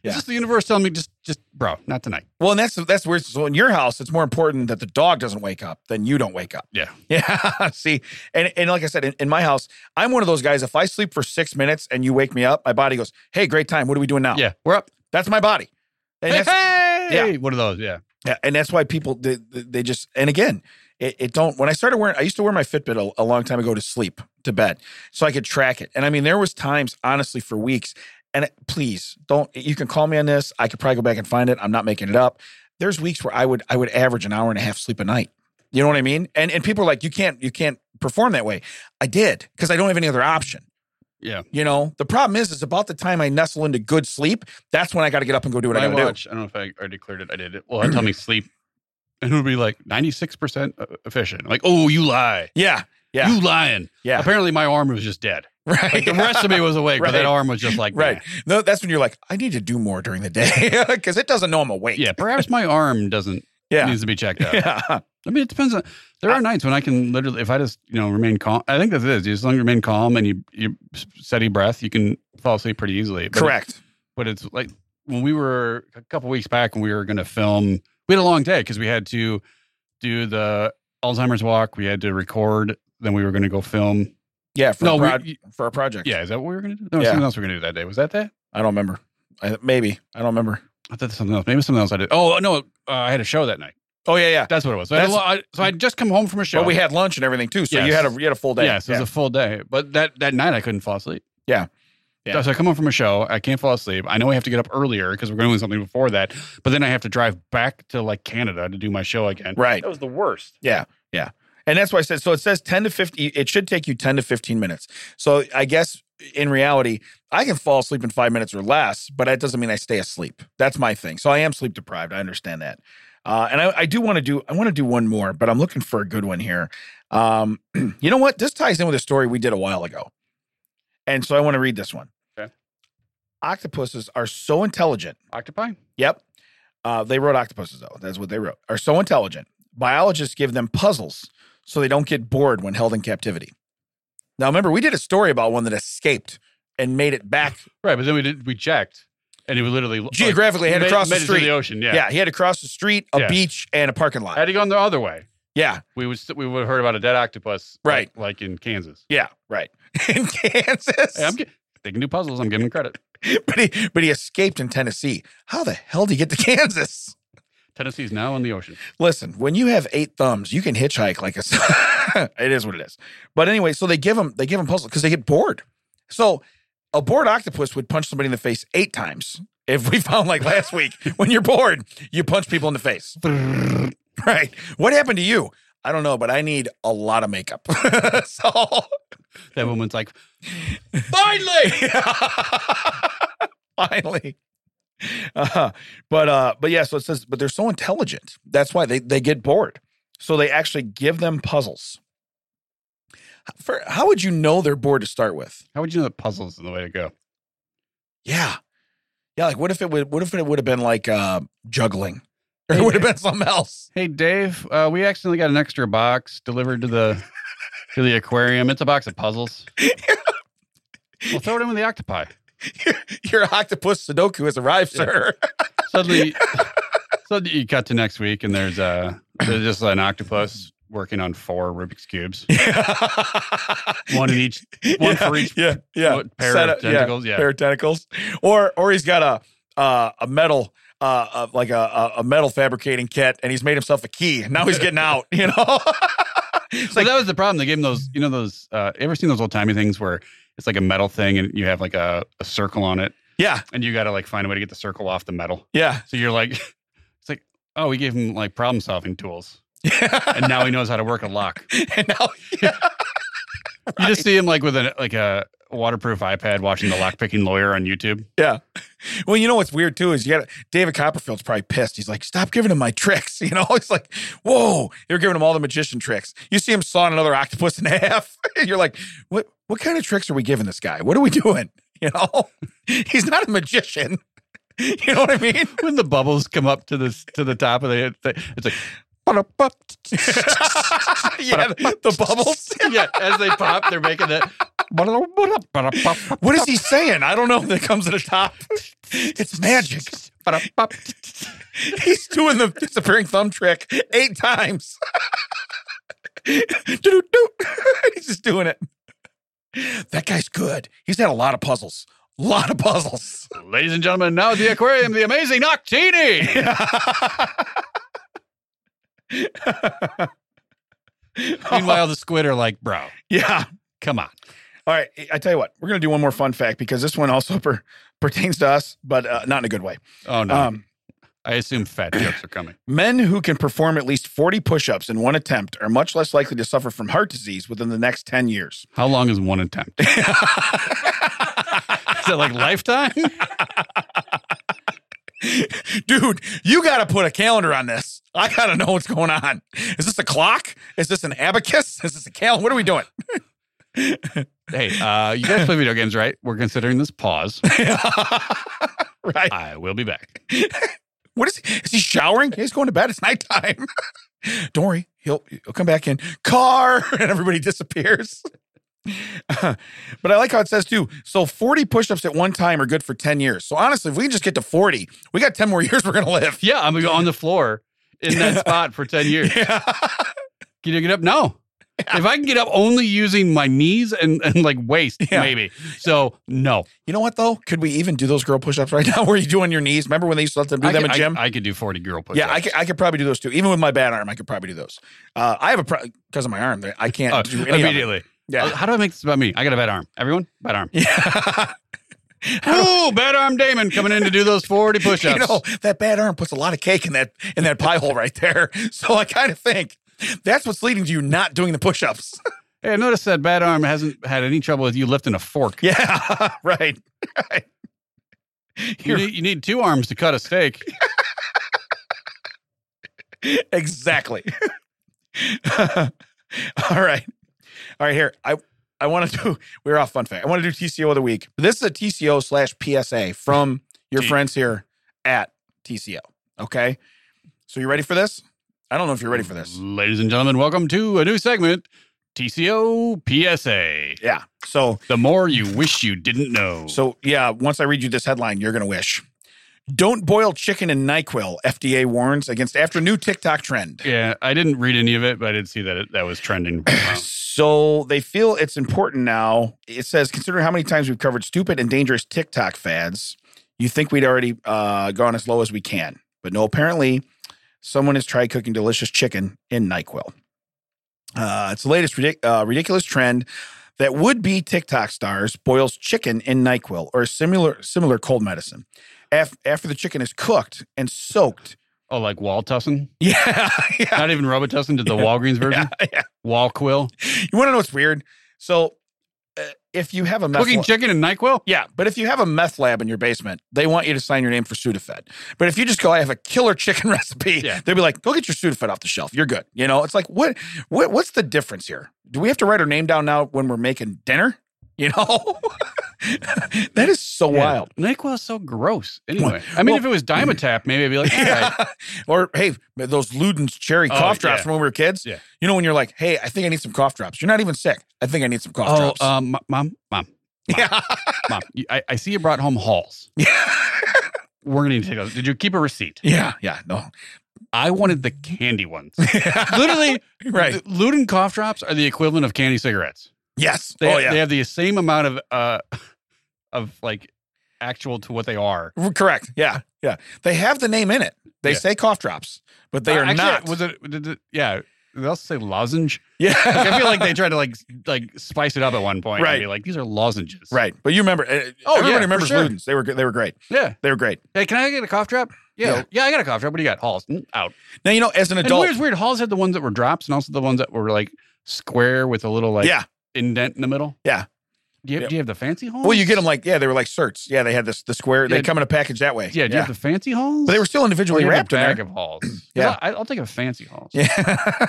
Yeah. this the universe telling me just, just, bro, not tonight? Well, and that's that's weird. So in your house, it's more important that the dog doesn't wake up than you don't wake up. Yeah. Yeah. See, and and like I said, in, in my house, I'm one of those guys. If I sleep for six minutes and you wake me up, my body goes, "Hey, great time. What are we doing now?" Yeah, we're up. That's my body. And Hey, that's, hey! one of those. Yeah, yeah, and that's why people they, they just and again, it, it don't. When I started wearing, I used to wear my Fitbit a, a long time ago to sleep to bed, so I could track it. And I mean, there was times, honestly, for weeks. And it- please don't. You can call me on this. I could probably go back and find it. I'm not making it up. There's weeks where I would I would average an hour and a half sleep a night. You know what I mean? And and people are like, you can't you can't perform that way. I did because I don't have any other option. yeah. You know, the problem is, is about the time I nestle into good sleep, that's when I got to get up and go do what I my got to do. watch. I don't know if I already cleared it. I did it. Well, I tell me sleep, and it'll be like 96 percent efficient. I'm like, uh, oh, you lie. Yeah. Yeah. You lying. Yeah. Apparently, my arm was just dead. Right. Like the rest of me was awake, but that Right. arm was just like, Right. nah. No, that's when you're like, I need to do more during the day because it doesn't know I'm awake. Yeah. Perhaps my arm doesn't, Yeah. needs to be checked out. Yeah. I mean, it depends on. There are nights when I can literally, if I just you know remain calm. I think that's it. Is you just long as you remain calm and you you steady breath, you can fall asleep pretty easily. But Correct. but it's like when we were a couple weeks back when we were going to film. We had a long day because we had to do the Alzheimer's walk. We had to record. Then we were going to go film. Yeah. For, No, a we- proj- for a project. Yeah, is that what we were going to do? No, Yeah. something else we are going to do that day. Was that that? I don't remember. I, maybe. I don't remember. I thought it was something else. Maybe it was something else I did. Oh no, uh, I had a show that night. Oh, yeah. Yeah. That's what it was. So I had a That's- lo- I- so I'd just come home from a show. But we had lunch and everything too. So you Yes. had a you had a full day. Yes, it was a full day. But that that night I couldn't fall asleep. Yeah. Yeah. So I come home from a show, I can't fall asleep. I know I have to get up earlier because we're going to do something before that. But then I have to drive back to like Canada to do my show again. right. That was the worst. And that's why I said so. It says ten to fifty. It should take you ten to fifteen minutes. So I guess in reality, I can fall asleep in five minutes or less, but that doesn't mean I stay asleep. That's my thing. So I am sleep deprived. I understand that. Uh, and I, I do want to do. I want to do one more, but I'm looking for a good one here. Um, you know what? This ties in with a story we did a while ago, and so I want to read this one. Okay. Octopuses are so intelligent Octopi? Yep. Uh, they wrote octopuses, though. That's what they wrote. Are so intelligent. Biologists give them puzzles so they don't get bored when held in captivity. Now, remember, we did a story about one that escaped and made it back Right. But then we did we checked and it was literally like, geographically, had to made- cross the made it to street. the ocean. Yeah. yeah. he had to cross the street, a Yeah. beach, and a parking lot. Had he gone the other way, Yeah, we would st- we would have heard about a dead octopus, Right. Like, like in Kansas. yeah, right. In Kansas. Hey, I'm gi- they can do puzzles. I'm giving them credit. but, he, but he escaped in Tennessee. How the hell did he get to Kansas? Tennessee's now in the ocean. Listen, when you have eight thumbs, you can hitchhike like a. it is what it is. But anyway, so they give them they give them puzzles because they get bored. So a bored octopus would punch somebody in the face eight times. If we found like last week, when you're bored, you punch people in the face. Right? What happened to you? I don't know, but I need a lot of makeup. so That woman's like, finally, finally. Uh, but uh, but yeah. So it says, but they're so intelligent. That's why they they get bored. So they actually give them puzzles. For how would you know they're bored to start with? how would you know that puzzles is the way to go? Yeah, yeah. Like what if it would what if it would have been like uh, juggling, or it would have been something else? Hey Dave, uh, we accidentally got an extra box delivered to the to the aquarium. It's a box of puzzles. We'll throw it in with the octopi. Your octopus Sudoku has arrived, sir. Suddenly, suddenly you cut to next week, and there's uh there's just an octopus working on four Rubik's cubes, one in each One yeah, for each yeah, yeah. pair Set of up- yeah, tentacles. Yeah, pair of tentacles, or or he's got a uh, a metal uh, uh like a a- a metal fabricating kit, and he's made himself a key. Now he's getting out, you know. it's so like that was the problem. They gave him those, you know, those. Uh, ever seen those old timey things where it's like a metal thing, and you have like a, a circle on it, yeah, and you got to like find a way to get the circle off the metal. yeah, So you're like, it's like, oh, we gave him like problem solving tools. yeah. and now he knows how to work a lock. And now, yeah, You just see him like with a like a waterproof iPad watching the lock picking lawyer on YouTube. yeah. Well, you know what's weird too is you got David Copperfield's probably pissed. He's like, "Stop giving him my tricks," you know. It's like, "Whoa, you're giving him all the magician tricks." You see him sawing another octopus in half. you're like, "What? What kind of tricks are we giving this guy? What are we doing?" You know, he's not a magician. You know what I mean? When the bubbles come up to the to the top of the, it's like yeah, the, the bubbles. yeah, as they pop, they're making that. What is he saying? I don't know. That comes at the top. It's magic. He's doing the disappearing thumb trick eight times. Do-do-do. He's just doing it. That guy's good. He's had a lot of puzzles. A lot of puzzles. Ladies and gentlemen, now at the aquarium, the amazing Noctini. Meanwhile, the squid are like, bro, yeah. come on. All right. I tell you what, we're going to do one more fun fact because this one also per- pertains to us, but uh, not in a good way. Oh no, Um, I assume fat jokes are coming. Men who can perform at least 40 push ups in one attempt are much less likely to suffer from heart disease within the next 10 years. How long is one attempt? Is it like lifetime? Dude, you got to put a calendar on this. I got to know what's going on. Is this a clock? Is this an abacus? Is this a calendar? What are we doing? Hey, uh, you guys play video games, right? We're considering this pause. right. I will be back. What is he? Is he showering? He's going to bed. It's nighttime. Don't worry. He'll, he'll come back in. Car. And everybody disappears. but I like how it says too. So 40 push ups at one time are good for 10 years. So honestly, if we just get to 40, we got 10 more years we're going to live. Yeah, I'm gonna go on the floor in that spot for 10 years. Yeah. Can you get up? No. If I can get up only using my knees and, and like waist, Yeah. maybe. So no. You know what though? Could we even do those girl push ups right now? Where you do on your knees? Remember when they used to let them do I them could, in gym? I, I could do 40 girl push-ups. yeah, I could, I could probably do those too. Even with my bad arm, I could probably do those. Uh, I have a because of my arm, I can't Oh, do any of it. immediately. Uh, Yeah, How do I make this about me? I got a bad arm. Everyone, bad arm. yeah. Ooh, bad arm Damon coming in to do those 40 push-ups. you know that bad arm puts a lot of cake in that in that pie hole right there. So I kind of think that's what's leading to you not doing the push-ups. hey, I noticed that bad arm hasn't had any trouble with you lifting a fork. yeah, right. right. You need, you need two arms to cut a steak. exactly. All right. All right, here. I I want to do we're off fun fact. I want to do TCO of the week. This is a TCO slash PSA from your Gee. friends here at TCO. Okay. So you ready for this? I don't know if you're ready for this. Ladies and gentlemen, welcome to a new segment, TCO PSA. Yeah. So The more you wish you didn't know. so yeah, once I read you this headline, you're gonna wish. Don't boil chicken in NyQuil, FDA warns against after new TikTok trend. yeah, I didn't read any of it, but I did see that it, that was trending. Wow. So they feel it's important now. It says, considering how many times we've covered stupid and dangerous TikTok fads, you think we'd already uh, gone as low as we can. But no, apparently, someone has tried cooking delicious chicken in NyQuil. Uh, it's the latest ridic- uh, ridiculous trend that would be TikTok stars boils chicken in NyQuil or a similar similar cold medicine. Af- after the chicken is cooked and soaked. oh, like Waltussin? Yeah, yeah. Not even Robitussin, did the Walgreens version? yeah. Walquill? You want to know what's weird? So, uh, if you have a meth Cooking lab- chicken and NyQuil? yeah, but if you have a meth lab in your basement, they want you to sign your name for Sudafed. But if you just go, I have a killer chicken recipe, Yeah. they'll be like, go get your Sudafed off the shelf. You're good. You know, it's like, what, what, what's the difference here? Do we have to write our name down now when we're making dinner? You know, that is so wild. NyQuil is so gross. Anyway, I mean, well- if it was Dimetapp, maybe I'd be like, all right. or hey, those Luden's cherry Oh, cough drops yeah. from when we were kids. Yeah. You know, when you're like, hey, I think I need some cough drops. You're not even sick. I think I need some cough oh, drops. um, mom, mom, yeah. mom, you- I, I see you brought home halls. We're going to need to take those. Did you keep a receipt? Yeah. Yeah. No. I wanted the candy ones. Literally, right. The Luden cough drops are the equivalent of candy cigarettes. yes. They, oh, yeah. they have the same amount of uh of like actual to what they are. Correct. Yeah. Yeah. They have the name in it. They Yeah. say cough drops, but they Uh, are actually, not. Was it, did it? Yeah. Did They also say lozenge. yeah. Like, I feel like they tried to like s- like spice it up at one point. Right. And be like these are lozenges. right. But you remember. Oh, Oh, yeah, everybody for remembers sure. Ludens. They were good. They were great. Yeah. They were great. Hey, can I get a cough drop? Yeah. Yeah. Yeah, I got a cough drop. What do you got? Halls Mm, out. Now you know, as an And adult. weird, weird. Halls had the ones that were drops and also the ones that were like square with a little like yeah. indent in the middle. Yeah. Do you, Yep. do you have the fancy halls? Well, you get them like yeah, they were like certs. Yeah, they had this the square. They Yeah. come in a package that way. Yeah. Do you have the fancy halls? but they were still individually Or you have wrapped a in there. bag of halls. 'Cause Yeah. I, I'll take a fancy halls. Yeah.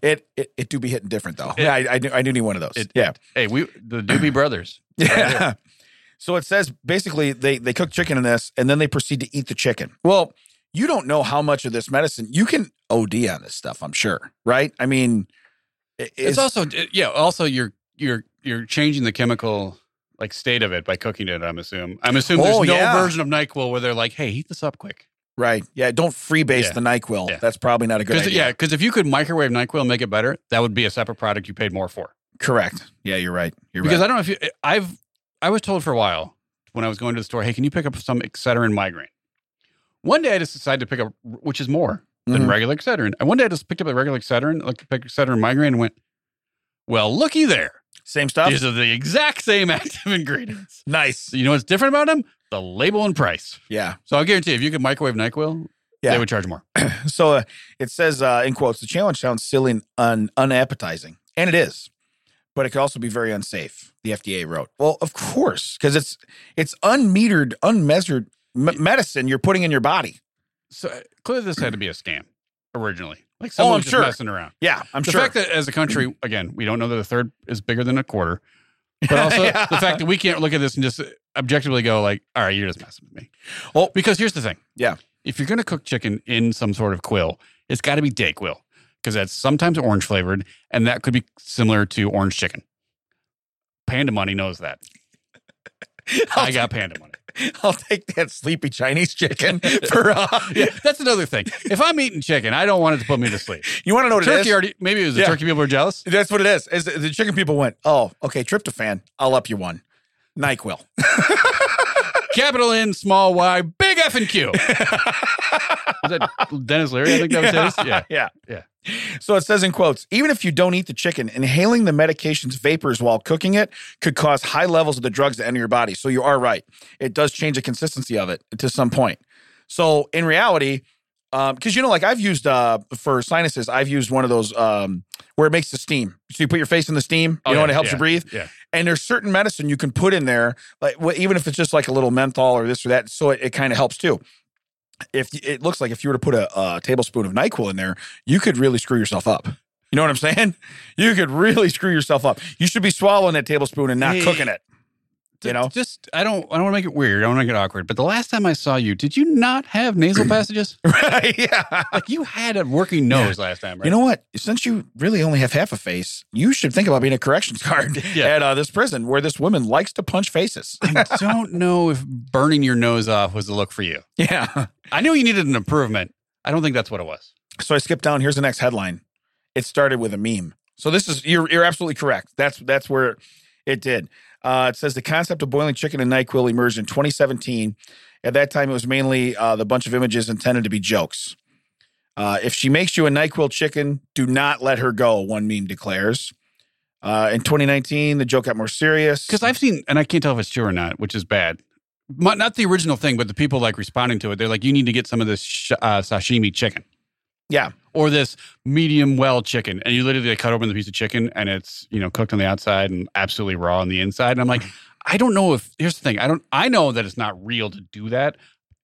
it, it it do be hitting different though. It- yeah, I, I do I do need one of those. It- yeah. Hey, we the Doobie Brothers. Yeah. So it says basically they they cook chicken in this and then they proceed to eat the chicken. Well, you don't know how much of this medicine you can OD on this stuff. I'm sure, right? I mean, it- It's, also it- yeah. Also, you're you're you're changing the chemical like state of it by cooking it. I'm assuming. I'm assuming Oh, there's no yeah. version of Nyquil where they're like, hey, heat this up quick. right. Yeah, don't freebase Yeah. the Nyquil. Yeah. That's probably not a good Because idea. yeah, because if you could microwave Nyquil and make it better, that would be a separate product you paid more for. Correct. Yeah, you're right. You're Because right. I don't know if you, I've I was told for a while when I was going to the store, hey, can you pick up some Excedrin migraine? One day I just decided to pick up, which is more. than Mhm. regular Excedrin. And one day I just picked up a regular Excedrin, like picked Excedrin migraine, and went, "Well, looky there. Same stuff. These are the exact same active ingredients. nice. So you know what's different about them? The label and price. Yeah. So I guarantee, if you could microwave Nyquil, Yeah. they would charge more. So uh, it says uh, in quotes, the challenge sounds silly and un- unappetizing, and it is, but it could also be very unsafe. The FDA wrote, "Well, of course, because it's it's unmetered, unmeasured, m- medicine you're putting in your body. So uh, clearly, this had to be a scam originally. Like someone just Oh, sure. messing around. Yeah, I'm the sure. fact that as a country, again, we don't know that a third is bigger than a quarter, but also Yeah. the fact that we can't look at this and just objectively go like, "All right, you're just messing with me." Well- because here's the thing. Yeah. if you're gonna cook chicken in some sort of quill, it's got to be day quill because that's sometimes orange flavored, and that could be similar to orange chicken. Panda money knows that. Oh, I got panda money. I'll take that sleepy Chinese chicken for. Uh, Yeah, that's another thing. If I'm eating chicken, I don't want it to put me to sleep. You want to know what it Turkey is? already. Maybe it was the Yeah. turkey people were jealous. That's what it is. Is the chicken people went? Oh, okay, tryptophan. I'll up you one. Nyquil. Capital N, small y, big F and Q. Was that Dennis Leary? I think that was his. Yeah. yeah. Yeah. So it says in quotes, even if you don't eat the chicken, inhaling the medication's vapors while cooking it could cause high levels of the drugs to enter your body. So you are right. It does change the consistency of it to some point. So in reality, because you know, like I've used uh, for sinuses, I've used one of those um, where it makes the steam. So you put your face in the steam, you Oh, know, yeah, and it helps yeah, you breathe. yeah. And there's certain medicine you can put in there, like wh- even if it's just like a little menthol or this or that, so it, it kind of helps too. If it looks like if you were to put a, a tablespoon of Nyquil in there, you could really screw yourself up. You know what I'm saying? You could really screw yourself up. You should be swallowing that tablespoon and not Hey. cooking it. You know? just I don't I don't want to make it weird. I don't want to make it awkward. But the last time I saw you, did you not have nasal passages? Right? Yeah. Like you had a working nose last time, right? You know what? Since you really only have half a face, you should think about being a corrections guard Yeah. at uh, this prison where this woman likes to punch faces. I don't know if burning your nose off was the look for you. Yeah. I knew you needed an improvement. I don't think that's what it was. So I skipped down. Here's the next headline. It started with a meme. So this is you're you're absolutely correct. That's that's where it did. Uh, it says the concept of boiling chicken and Nyquil emerged in 2017. At that time, it was mainly uh, the bunch of images intended to be jokes. Uh, if she makes you a Nyquil chicken, do not let her go. One meme declares. Uh, in 2019, the joke got more serious. Because I've seen, and I can't tell if it's true or not, which is bad. Not, not the original thing, but the people like responding to it. They're like, "You need to get some of this sh- uh, sashimi chicken." Yeah. Or this medium well chicken, and you literally cut open the piece of chicken, and it's you know cooked on the outside and absolutely raw on the inside. And I'm Mm. like, I don't know if here's the thing. I don't. I know that it's not real to do that.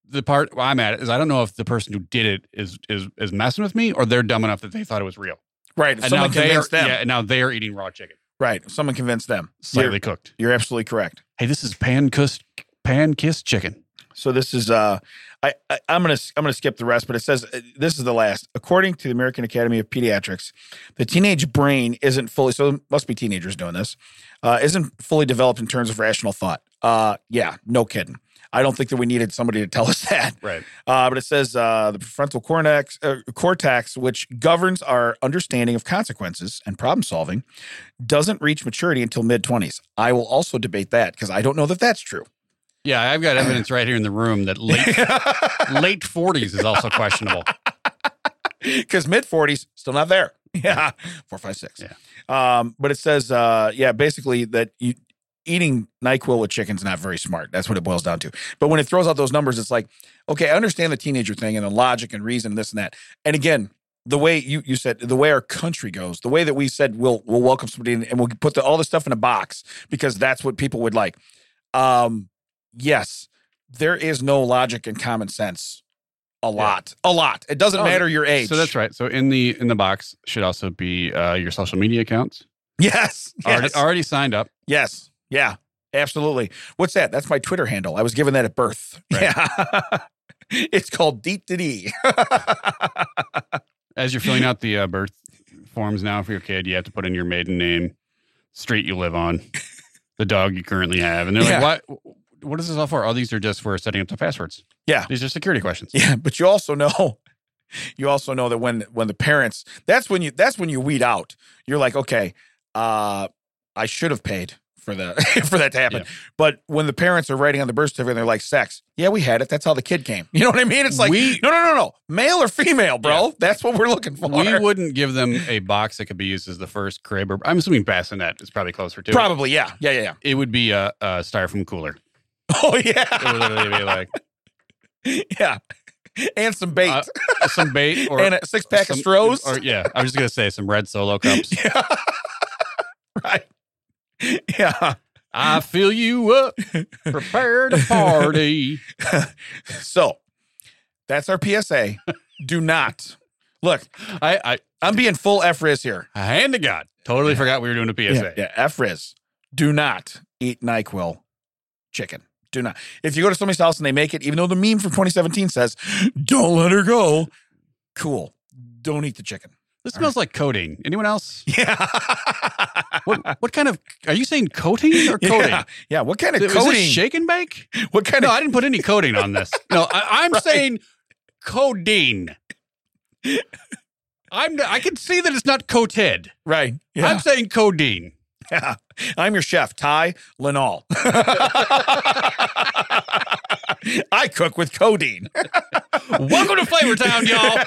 The part where I'm at is I don't know if the person who did it is is is messing with me, or they're dumb enough that they thought it was real. right. And someone now they're convinced them. yeah, and now they're eating raw chicken, Right. Someone convinced them. slightly You're- cooked. you're absolutely correct. Hey, this is pan kissed pan kissed chicken. So this is uh, I, I I'm gonna I'm gonna skip the rest, but it says uh, this is the last. According to the American Academy of Pediatrics, the teenage brain isn't fully so it must be teenagers doing this, uh, isn't fully developed in terms of rational thought. Uh, yeah, no kidding. I don't think that we needed somebody to tell us that. Right. Uh, but it says uh, the prefrontal cortex, uh, cortex, which governs our understanding of consequences and problem solving, doesn't reach maturity until mid 20s. I will also debate that because I don't know that that's true. Yeah, I've got evidence right here in the room that late late forties is also questionable. because mid 40s still not there yeah four five six um but it says uh yeah basically that you eating nyquil with chicken's not very smart that's what it boils down to but when it throws out those numbers it's like okay i understand the teenager thing and the logic and reason this and that and again the way you you said the way our country goes the way that we said we'll we'll welcome somebody in and we'll put the, all the stuff in a box because that's what people would like um yes there is no logic and common sense a lot a lot it doesn't Oh, matter your age So that's right. So in the in the box should also be uh, your social media accounts. Yes. Yes. Already, already signed up. yes. Yeah. Absolutely. What's that? That's my Twitter handle. I was given that at birth. Right. Yeah. it's called Deep to D. As you're filling out the uh, birth forms now for your kid, you have to put in your maiden name, street you live on, the dog you currently have, and they're like, "What? What is this all for? Oh, these are just for setting up the passwords. Yeah. these are security questions. yeah, but you also know you also know that when when the parents that's when you that's when you weed out. You're like, okay, uh I should have paid for the for that to happen. But when the parents are writing on the birth certificate and they're like sex, yeah, we had it. That's how the kid came. You know what I mean? It's like we no, no, no, no. Male or female, bro. That's what we're looking for. we wouldn't give them a box that could be used as the first crib, or I'm assuming bassinet is probably closer to it. Probably, yeah. Yeah, yeah, yeah. It would be a, a styrofoam cooler. Oh It would yeah, literally be like yeah, and some bait Uh, some bait or and a six pack some- of Strohs. Or yeah, I was just gonna say some red solo cups. yeah, right. Yeah, I fill you up. Prepare to party. So that's our PSA. Do not look. I, I, I'm being full FRIS here. I hand to God, totally forgot we were doing a PSA. Yeah, yeah FRIS. Do not eat NyQuil chicken. Do not. If you go to somebody's house and they make it, even though the meme from 2017 says, don't let her go, cool. Don't eat the chicken. This smells like coating. Anyone else? Yeah. What, what kind of, are you saying coating or coating? Yeah. yeah. What kind of Is coating? this shake and bake? what kind No, of I didn't put any coating on this. No, I, I'm Right. saying codeine. I'm. I can see that it's not coated. right? Yeah. I'm saying codeine. Yeah. I'm your chef, Ty Linall. I cook with codeine. Welcome to Flavor Town, y'all.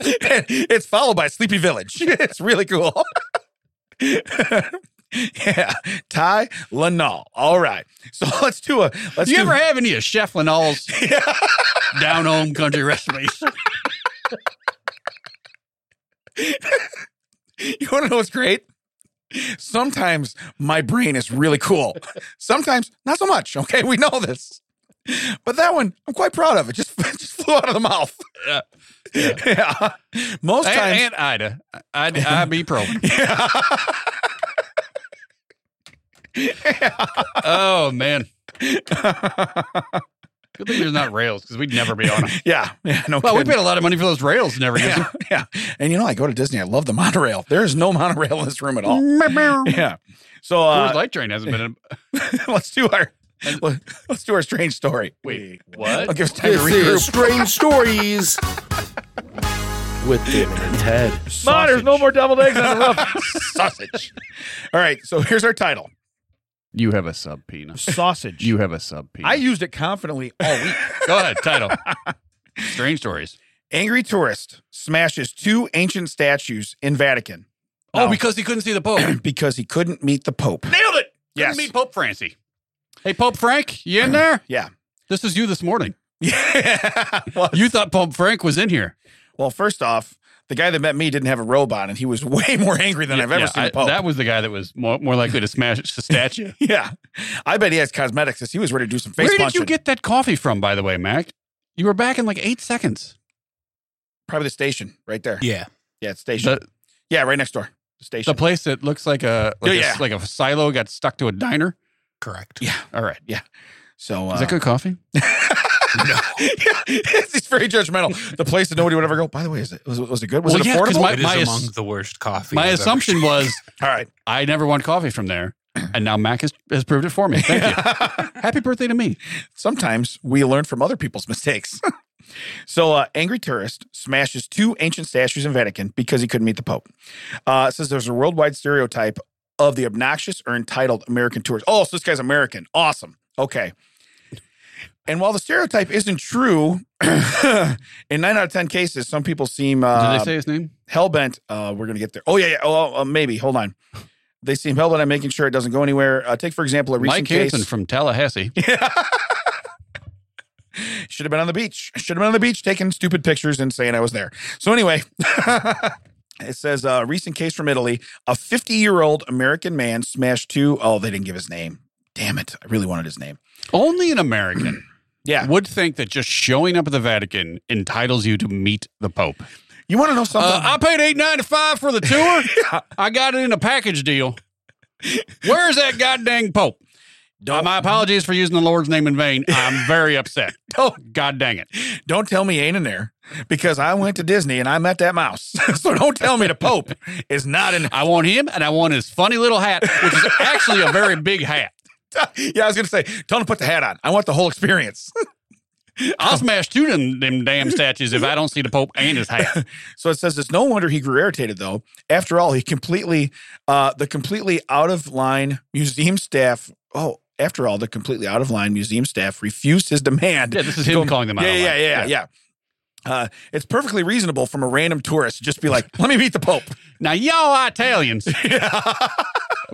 it's followed by Sleepy Village. It's really cool. yeah, Ty Lanal. All right, so let's do a let's Do you do ever have any of Chef Linall's down home country recipes? You want to know what's great? Sometimes my brain is really cool. Sometimes not so much. Okay, we know this. But that one, I'm quite proud of. It just, it just flew out of the mouth. Yeah. Yeah. Most And, times. and Ida, I'd, I'd be probing. yeah. Oh man, good thing there's not rails because we'd never be on them. yeah. Yeah. No Well, we kidding. paid a lot of money for those rails. and Never use yeah, yeah. And you know, I go to Disney. I love the monorail. There is no monorail in this room at all. them. Yeah. So Coors uh, Light Train hasn't been. In, let's do our And- let's do our strange story. wait, I'll what? give us time to This is regroup. Strange Stories with David and Ted. Ma, there's no Sausage. more deviled eggs on the roof. sausage. All right, so here's our title. You have a sub penis. Sausage. have a sub penis. I used it confidently all week. Go ahead, title. Strange stories. Angry tourist smashes two ancient statues in Vatican. Oh, No. because he couldn't see the Pope. Nailed because he couldn't meet the Pope. it. Yes. Couldn't meet Pope Francie. Hey, Pope Frank, you in there? Yeah. This is you this morning. Yeah. well, You thought Pope Frank was in here. well, first off, the guy that met me didn't have a robe on, and he was way more angry than I've ever Yeah, seen I- the Pope. that was the guy that was more, more likely to smash the statue. yeah, I bet he has cosmetics because he was ready to do some face Where did punching. you get that coffee from, by the way, Mac? You were back in like eight seconds. Probably the station right there. Yeah. Yeah, it's station. The, yeah, right next door. The the station. place that looks like a like, Yeah, a yeah. like a silo got stuck to a diner. Correct. yeah. All right, So uh, is that good coffee? yeah, it's, it's very judgmental. The place that nobody would ever go. By the way, is it was, it- was it good? Was Well, it yeah, 'cause affordable? my- It is ass- among the worst coffee. My I've ever- assumption was All right. I never want coffee from there, and now Mac has, has proved it for me. Thank you. Happy birthday to me. Sometimes we learn from other people's mistakes. so, uh, angry tourist smashes two ancient statues in Vatican because he couldn't meet the Pope. Uh, it says there's a worldwide stereotype of the obnoxious or entitled American tourist. Oh, so this guy's American. Awesome. Okay. And while the stereotype isn't true, in nine out of ten cases, some people seem uh, Did they say his name? hellbent. Uh, we're gonna get there. Oh yeah, yeah. Oh, uh, maybe. Hold on. They seem hellbent on making sure it doesn't go anywhere. Uh, take for example a recent Mike case. Hansen from Tallahassee. Should have been on the beach. Should have been on the beach taking stupid pictures and saying I was there. So anyway, it says a recent case from Italy: a 50-year-old American man smashed two. Oh, they didn't give his name. Damn it! I really wanted his name. Only an American Yeah. would think that just showing up at the Vatican entitles you to meet the Pope. You want to know Uh, something? I paid eight ninety five for the tour. Yeah. I got it in a package deal. Where's that goddamn Pope? Uh, my apologies for using the Lord's name in vain. I'm very upset. Oh, God dang it. Don't tell me ain't in there because I went to Disney and I met that mouse. so don't tell me the Pope is not in. I want him and I want his funny little hat, which is actually a very big hat. yeah, I was gonna say, tell him to put the hat on. I want the whole experience. I'll smash two of them, them damn statues if I don't see the Pope and his hat. So it says it's no wonder he grew irritated though. After all, he completely uh the completely out of line museum staff oh after all, the completely out of line museum staff refused his demand. Yeah, this is him calling them out. yeah, yeah, online. yeah, yeah. Uh, it's perfectly reasonable from a random tourist to just be like, "Let me meet the Pope." Now, y'all Italians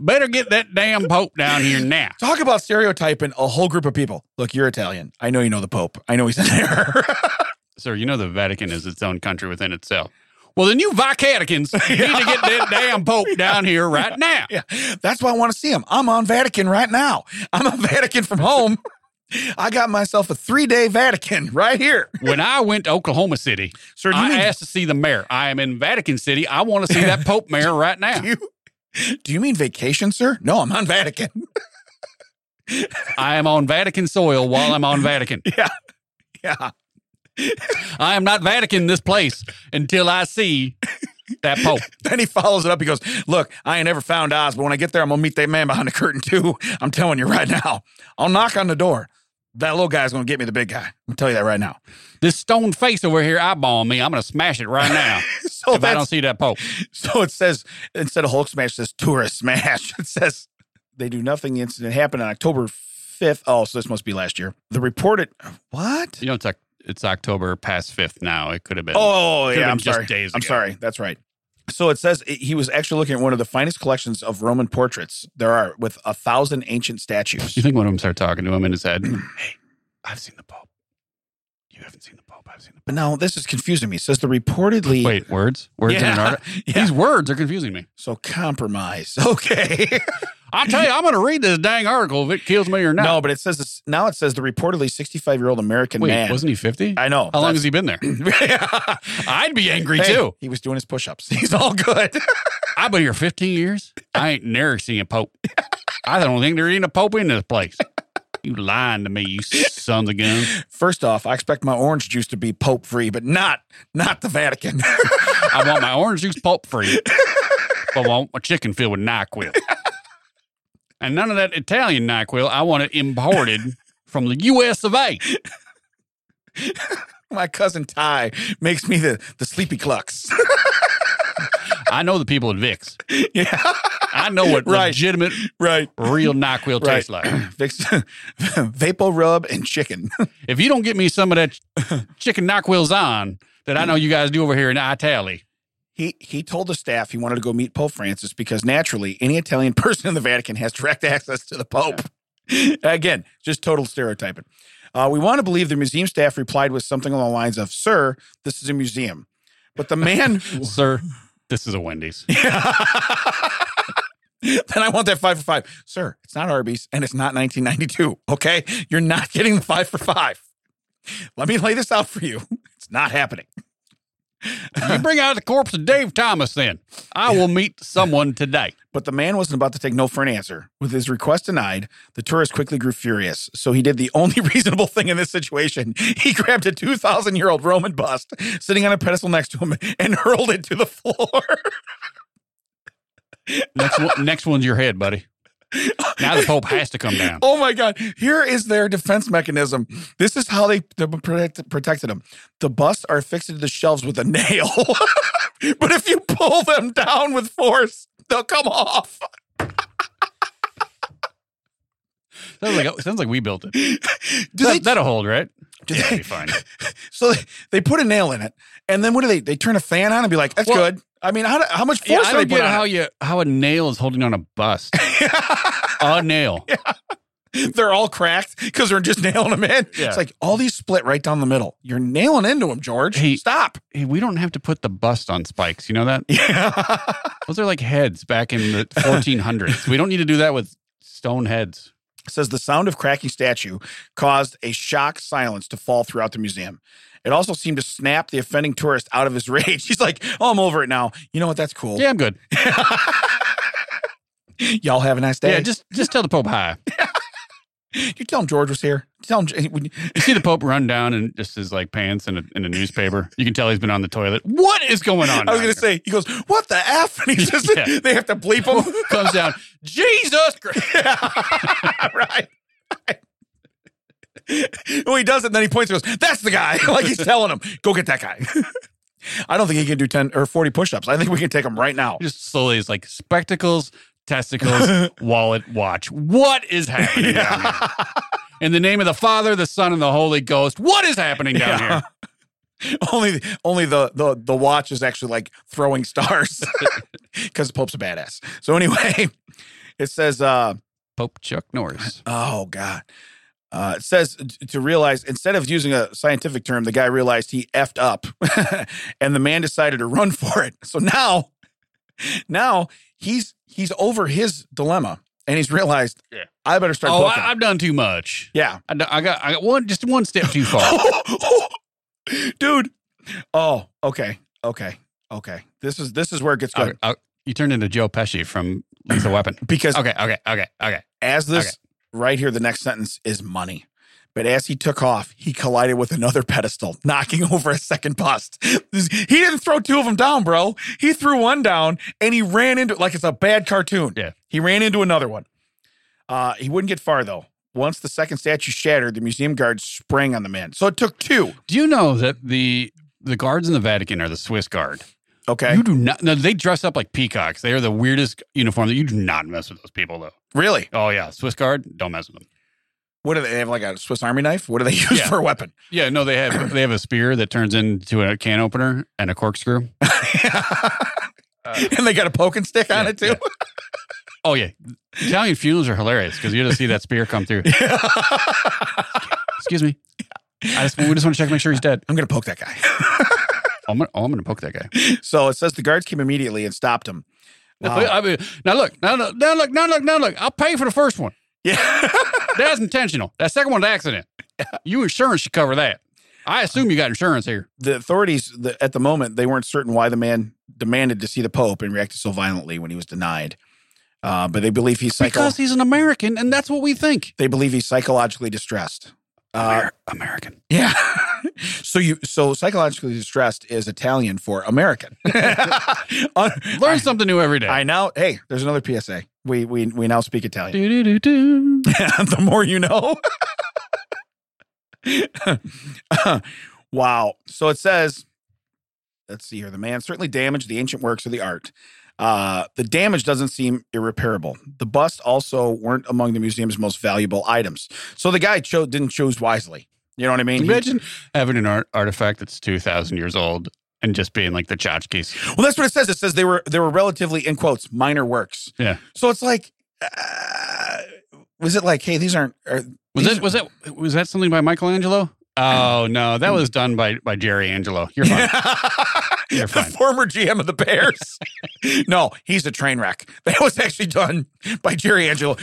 better get that damn Pope down here now. Talk about stereotyping a whole group of people. Look, you're Italian. I know you know the Pope. I know he's in there. Sir, you know the Vatican is its own country within itself. Well, the new Vicaticans need to get that damn Pope down here right now. Yeah, that's why I want to see him. I'm on Vatican right now. I'm on Vatican from home. I got myself a three day Vatican right here. When I went to Oklahoma City, Sir, do you, I mean, asked to see the mayor. I am in Vatican City. I want to see that Pope mayor right now. do you- do you mean vacation, sir? No, I'm on Vatican. I am on Vatican soil while I'm on Vatican. Yeah. I am not Vatican this place until I see that Pope. Then he follows it up. He goes, Look, I ain't ever found Oz, but when I get there, I'm going to meet that man behind the curtain, too. I'm telling you right now. I'll knock on the door. That little guy's going to get me the big guy. I'm going to tell you that right now. This stone face over here eyeballing me. I'm going to smash it right now So if I Oh, that's- don't see that Pope. So it says instead of Hulk smash, it says tourist smash. It says they do nothing. The incident happened on October fifth. Oh, so this must be last year. The reported what? You know, it's, Oc- it's October past 5th now. It could have been. Oh Could've yeah, been I'm just sorry. days I'm ago. sorry. That's right. So it says he was actually looking at one of the finest collections of Roman portraits there are, with a thousand ancient statues. You think one of them started talking to him in his head? hey, I've seen the Pope. You haven't seen the Pope. I've seen the Pope. But now this is confusing me. It says the reportedly Wait, words? Words in an Yeah, article? yeah. These words are confusing me. so compromise. Okay. I'll tell you, I'm going to read this dang article if it kills me or no. not. but it says this, now it says the reportedly 65 year old American Wait, man. wasn't he 50? I know. How long has he been there? yeah. I'd be angry Hey, too. He was doing his push-ups. He's all good. I've been here 15 years. I ain't never seen a pope. I don't think there ain't a pope in this place. You lying to me, you sons of guns. First off, I expect my orange juice to be pope free, but not not the Vatican. I want my orange juice pulp free, but I want my chicken filled with NyQuil. And none of that Italian NyQuil. I want it imported from the US of A. my cousin Ty makes me the the sleepy clucks. I know the people at Vicks. yeah. I know what Right. legitimate, Right. real NyQuil tastes like. Vicks, Vapo rub and chicken. If you don't get me some of that chicken NyQuil's on that I know you guys do over here in Italy, He he told the staff he wanted to go meet Pope Francis because naturally any Italian person in the Vatican has direct access to the Pope. Again, just total stereotyping. Uh, we want to believe the museum staff replied with something along the lines of, "Sir, this is a museum." But the man sir, this is a Wendy's. then I want that five for five. Sir, it's not Arby's and it's not 1992. Okay. You're not getting the five for five. Let me lay this out for you. It's not happening. You bring out the corpse of Dave Thomas, then I will meet someone today. But the man wasn't about to take no for an answer. With his request denied, the tourist quickly grew furious. So he did the only reasonable thing in this situation. He grabbed a 2,000 year old Roman bust sitting on a pedestal next to him and hurled it to the floor. Next, one, next one's your head, buddy. Now the Pope has to come down. Oh my God. Here is their defense mechanism. This is how they they protect, protected them. The busts are affixed to the shelves with a nail. but if you pull them down with force, they'll come off. Sounds like, sounds like we built it. Do that, they, that'll hold, right? do Yeah, they- be fine. so they, they put a nail in it. And then what do they? They turn a fan on and be like, that's Well- good. I mean, how, do- how much Yeah, force I do they don't put get on how it? you how a nail is holding on a bust. a nail. They're all cracked because they're just nailing them in. Yeah. It's like all these split right down the middle. You're nailing into them, George. Hey- Stop. Hey, we don't have to put the bust on spikes. You know that? Yeah. Those are like heads back in the 1400s. We don't need to do that with stone heads. says the sound of cracking statue caused a shocked silence to fall throughout the museum. It also seemed to snap the offending tourist out of his rage. He's like, "Oh, I'm over it now. You know what? That's cool. Yeah, I'm good. Y'all have a nice day. Yeah, just just tell the Pope hi. you tell him George was here. Tell him. You see the Pope run down in just his like pants and a, in a newspaper. You can tell he's been on the toilet. What is going on? I down was gonna here? say. He goes, "What the f?" And he just Yeah. they have to bleep him. comes down. Jesus Christ! right. well, he does it, and then he points and goes, That's the guy. like he's telling him, Go get that guy. I don't think he can do 10 or 40 push ups. I think we can take him right now. Just slowly, it's like spectacles, testicles, wallet, watch. What is happening down here? In the name of the Father, the Son, and the Holy Ghost. What is happening down Yeah. only only the, the the watch is actually like throwing stars because Pope's a badass. So anyway, it says, uh, here? Pope Chuck Norris. oh God. Uh, it says t- to realize instead of using a scientific term, the guy realized he effed up, and the man decided to run for it. So now, now he's he's over his dilemma, and he's realized Yeah. I better start. Oh, booking. I, I've done too much. yeah, I, d- I got I got one just one step too far. Oh. dude. Oh, okay, okay, okay. This is this is where it gets good I- I- Uh, you turned into Joe Pesci from Lethal Weapon. because Okay, okay, okay, okay. as this Okay. right here, the next sentence is money. But as he took off, he collided with another pedestal, knocking over a second bust. This- He didn't throw two of them down, bro. He threw one down and he ran into like it's a bad cartoon. Yeah. He ran into another one. Uh, he wouldn't get far though. Once the second statue shattered, the museum guards sprang on the man. So it took two. Do you know that the the guards in the Vatican are the Swiss guard? Okay. You do not. No, they dress up like peacocks. They are the weirdest uniform. That you do not mess with those people though. Really? Oh yeah, Swiss guard. Don't mess with them. What do they, they have? Like a Swiss Army knife? What do they use Yeah. for a weapon? Yeah, no, they have they have a spear that turns into a can opener and a corkscrew. Uh, and they got a poking stick on yeah, it too. Oh yeah, Italian funerals are hilarious because you just see that spear come through. Excuse me. I just, we just want to check make sure he's dead. Oh, I'm gonna poke that guy. I'm gonna, oh, I'm gonna poke that guy. So it says the guards came immediately and stopped him. Wow. I mean, now look, now look, now look, now look, now look. I'll pay for the first one. Yeah. That's intentional. That second one's accident. You insurance should cover that. I assume you got insurance here. the authorities the, at the moment they weren't certain why the man demanded to see the Pope and reacted so violently when he was denied. Uh, but they believe he's psycho- Because he's an American, and that's what we think. they believe he's psychologically distressed. Uh, Amer- American. yeah. so you so psychologically distressed is Italian for American. Un- Learn something new every day. I now hey, there's another PSA. We we we now speak Italian. Do-do-do-do. the more you know. wow. So it says, let's see here. The man certainly damaged the ancient works of the art. Uh, the damage doesn't seem irreparable. The bust also weren't among the museum's most valuable items. So the guy cho- didn't choose wisely. You know what I mean? He- Imagine having an art- artifact that's 2,000 years old and just being like the tchotchkes. well, that's what it says. It says they were they were relatively in quotes minor works. Yeah. So it's like, uh, was it like, hey, these aren't are, Was these- that was that was that something by Michelangelo? Oh no, that was done by by Jerry Angelo. You're fine. You're the fine. former GM of the Bears. no, he's a train wreck. That was actually done by Jerry Angelo.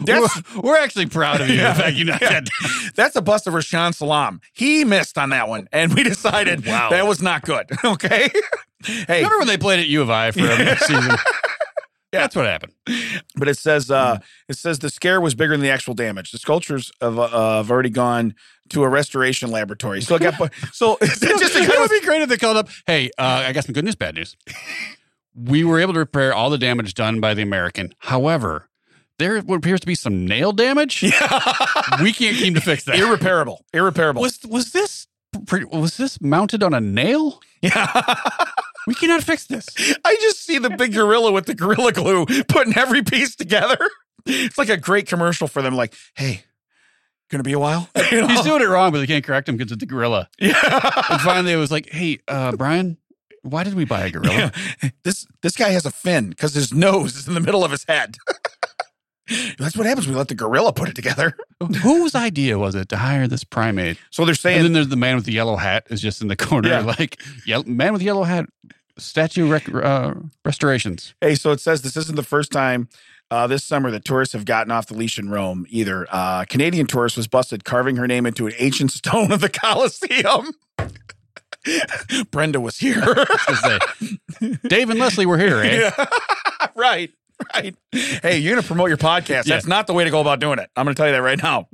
That's, we're, we're actually proud of you. Yeah. In fact, you know Yeah. that. that's a bust of Rashan Salam. He missed on that one, and we decided Wow. that was not good. Okay. hey, Remember when they played at U of I for a season? That's what happened. but it says uh, it says the scare was bigger than the actual damage. The sculptures have, uh, have already gone to a restoration laboratory. So it got bu- so it's just a it kind would of be great if they called up. Hey, uh, I got some good news, bad news. We were able to repair all the damage done by the American. However, there what appears to be some nail damage. We can't seem to fix that. irreparable, irreparable. Was was this pre- was this mounted on a nail? yeah. We cannot fix this. I just see the big gorilla with the gorilla glue putting every piece together. It's like a great commercial for them. Like, hey, gonna be a while. You know? He's doing it wrong, but they can't correct him because it's a gorilla. yeah. And finally, it was like, hey, uh, Brian, why did we buy a gorilla? Yeah. This this guy has a fin because his nose is in the middle of his head. That's what happens. when We let the gorilla put it together. Whose idea was it to hire this primate? So they're And, then saying, there's the man with the yellow hat is just in the corner, Yeah. like yellow, man with yellow hat statue rec- uh, restorations. hey, so it says this isn't the first time uh, this summer that tourists have gotten off the leash in Rome either. Uh, Canadian tourist was busted carving her name into an ancient stone of the Colosseum. Brenda was here. Just say, Dave and Leslie were here, eh? Yeah. right. Right. Hey, you're going to promote your podcast. Yeah. That's not the way to go about doing it. I'm going to tell you that right now.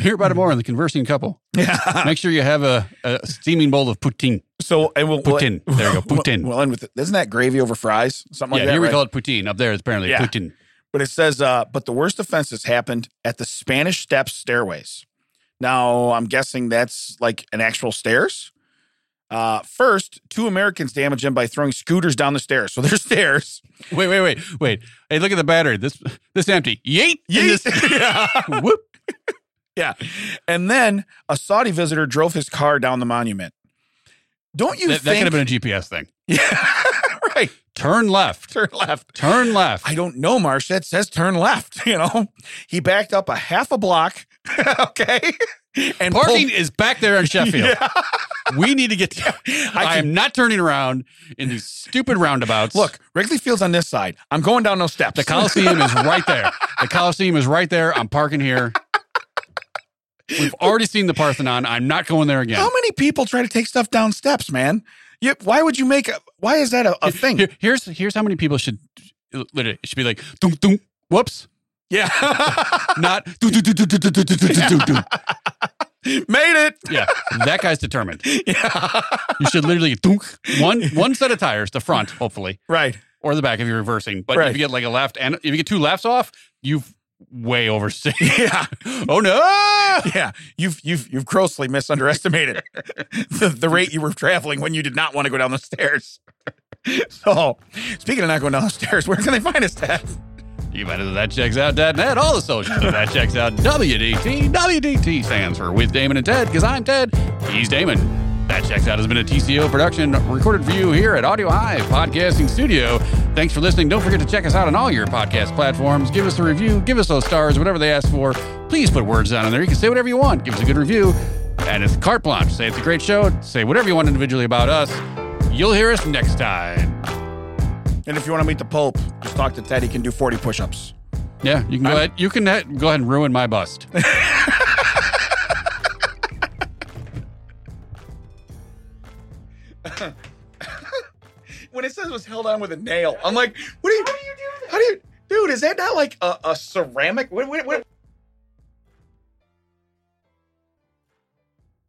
Here about it more on the conversing couple. Yeah. Make sure you have a, a steaming bowl of poutine. So, and we'll, Putin. we'll- There you go. Putin. We'll, we'll end with isn't that gravy over fries? Something like yeah, that. here we right? call it poutine. Up there, it's apparently Yeah. poutine. But it says, uh, but the worst offenses happened at the Spanish Steps stairways. Now, I'm guessing that's like an actual stairs. Uh, first, two Americans damaged them by throwing scooters down the stairs. So there's stairs. Wait, wait, wait, wait. Hey, look at the battery. This this empty. Yeet. And Yeet. this- whoop. Yeah. And then a Saudi visitor drove his car down the monument. Don't you That, that think could have been a GPS thing. Yeah. right. Turn left. Turn left. Turn left. I don't know, Marsh. That says turn left, you know? He backed up a half a block okay. And Parking is back there in Sheffield. Yeah. We need to get. I, I am not turning around in these stupid roundabouts. Look, Wrigley Field's on this side. I'm going down those steps. the Coliseum is right there. The Coliseum is right there. I'm parking here. We've already seen the Parthenon. I'm not going there again. How many people try to take stuff down steps, man? You, why would you make a, why is that a, a thing? Here- here's here's how many people should. It should be like, dunk, dunk, whoops, Yeah. not. doo, doo, doo, doo, doo, doo, doo, doo, doo, doo, doo. Made it. Yeah, that guy's determined. Yeah. You should literally dunk one one set of tires, the front, hopefully, Right. or the back if you're reversing. But Right. if you get like a left and if you get two lefts off, you've way overstayed. Yeah. oh no! Yeah. You've you've you've grossly misunderestimated the, the rate you were traveling when you did not want to go down the stairs. So speaking of not going down the stairs, where can they find us at? You better that checks out .net, all the socials at that checks out WDT. WDT stands for with Damon and Ted, because I'm Ted, he's Damon. That checks out has been a TCO production recorded for you here at Audio Hive Podcasting Studio. Thanks for listening. Don't forget to check us out on all your podcast platforms. Give us a review, give us those stars, whatever they ask for. Please put words down in there. You can say whatever you want. Give us a good review. And it's carte blanche. Say it's a great show. Say whatever you want individually about us. You'll hear us next time. And if you want to meet the Pope, just talk to Ted. He can do 40 push-ups. Yeah, you can go ahead. You can uh, go ahead and ruin my bust. When it says it was held on with a nail, I'm like, what do you, how do you do Dude, is that not like a, a ceramic? What, what, what,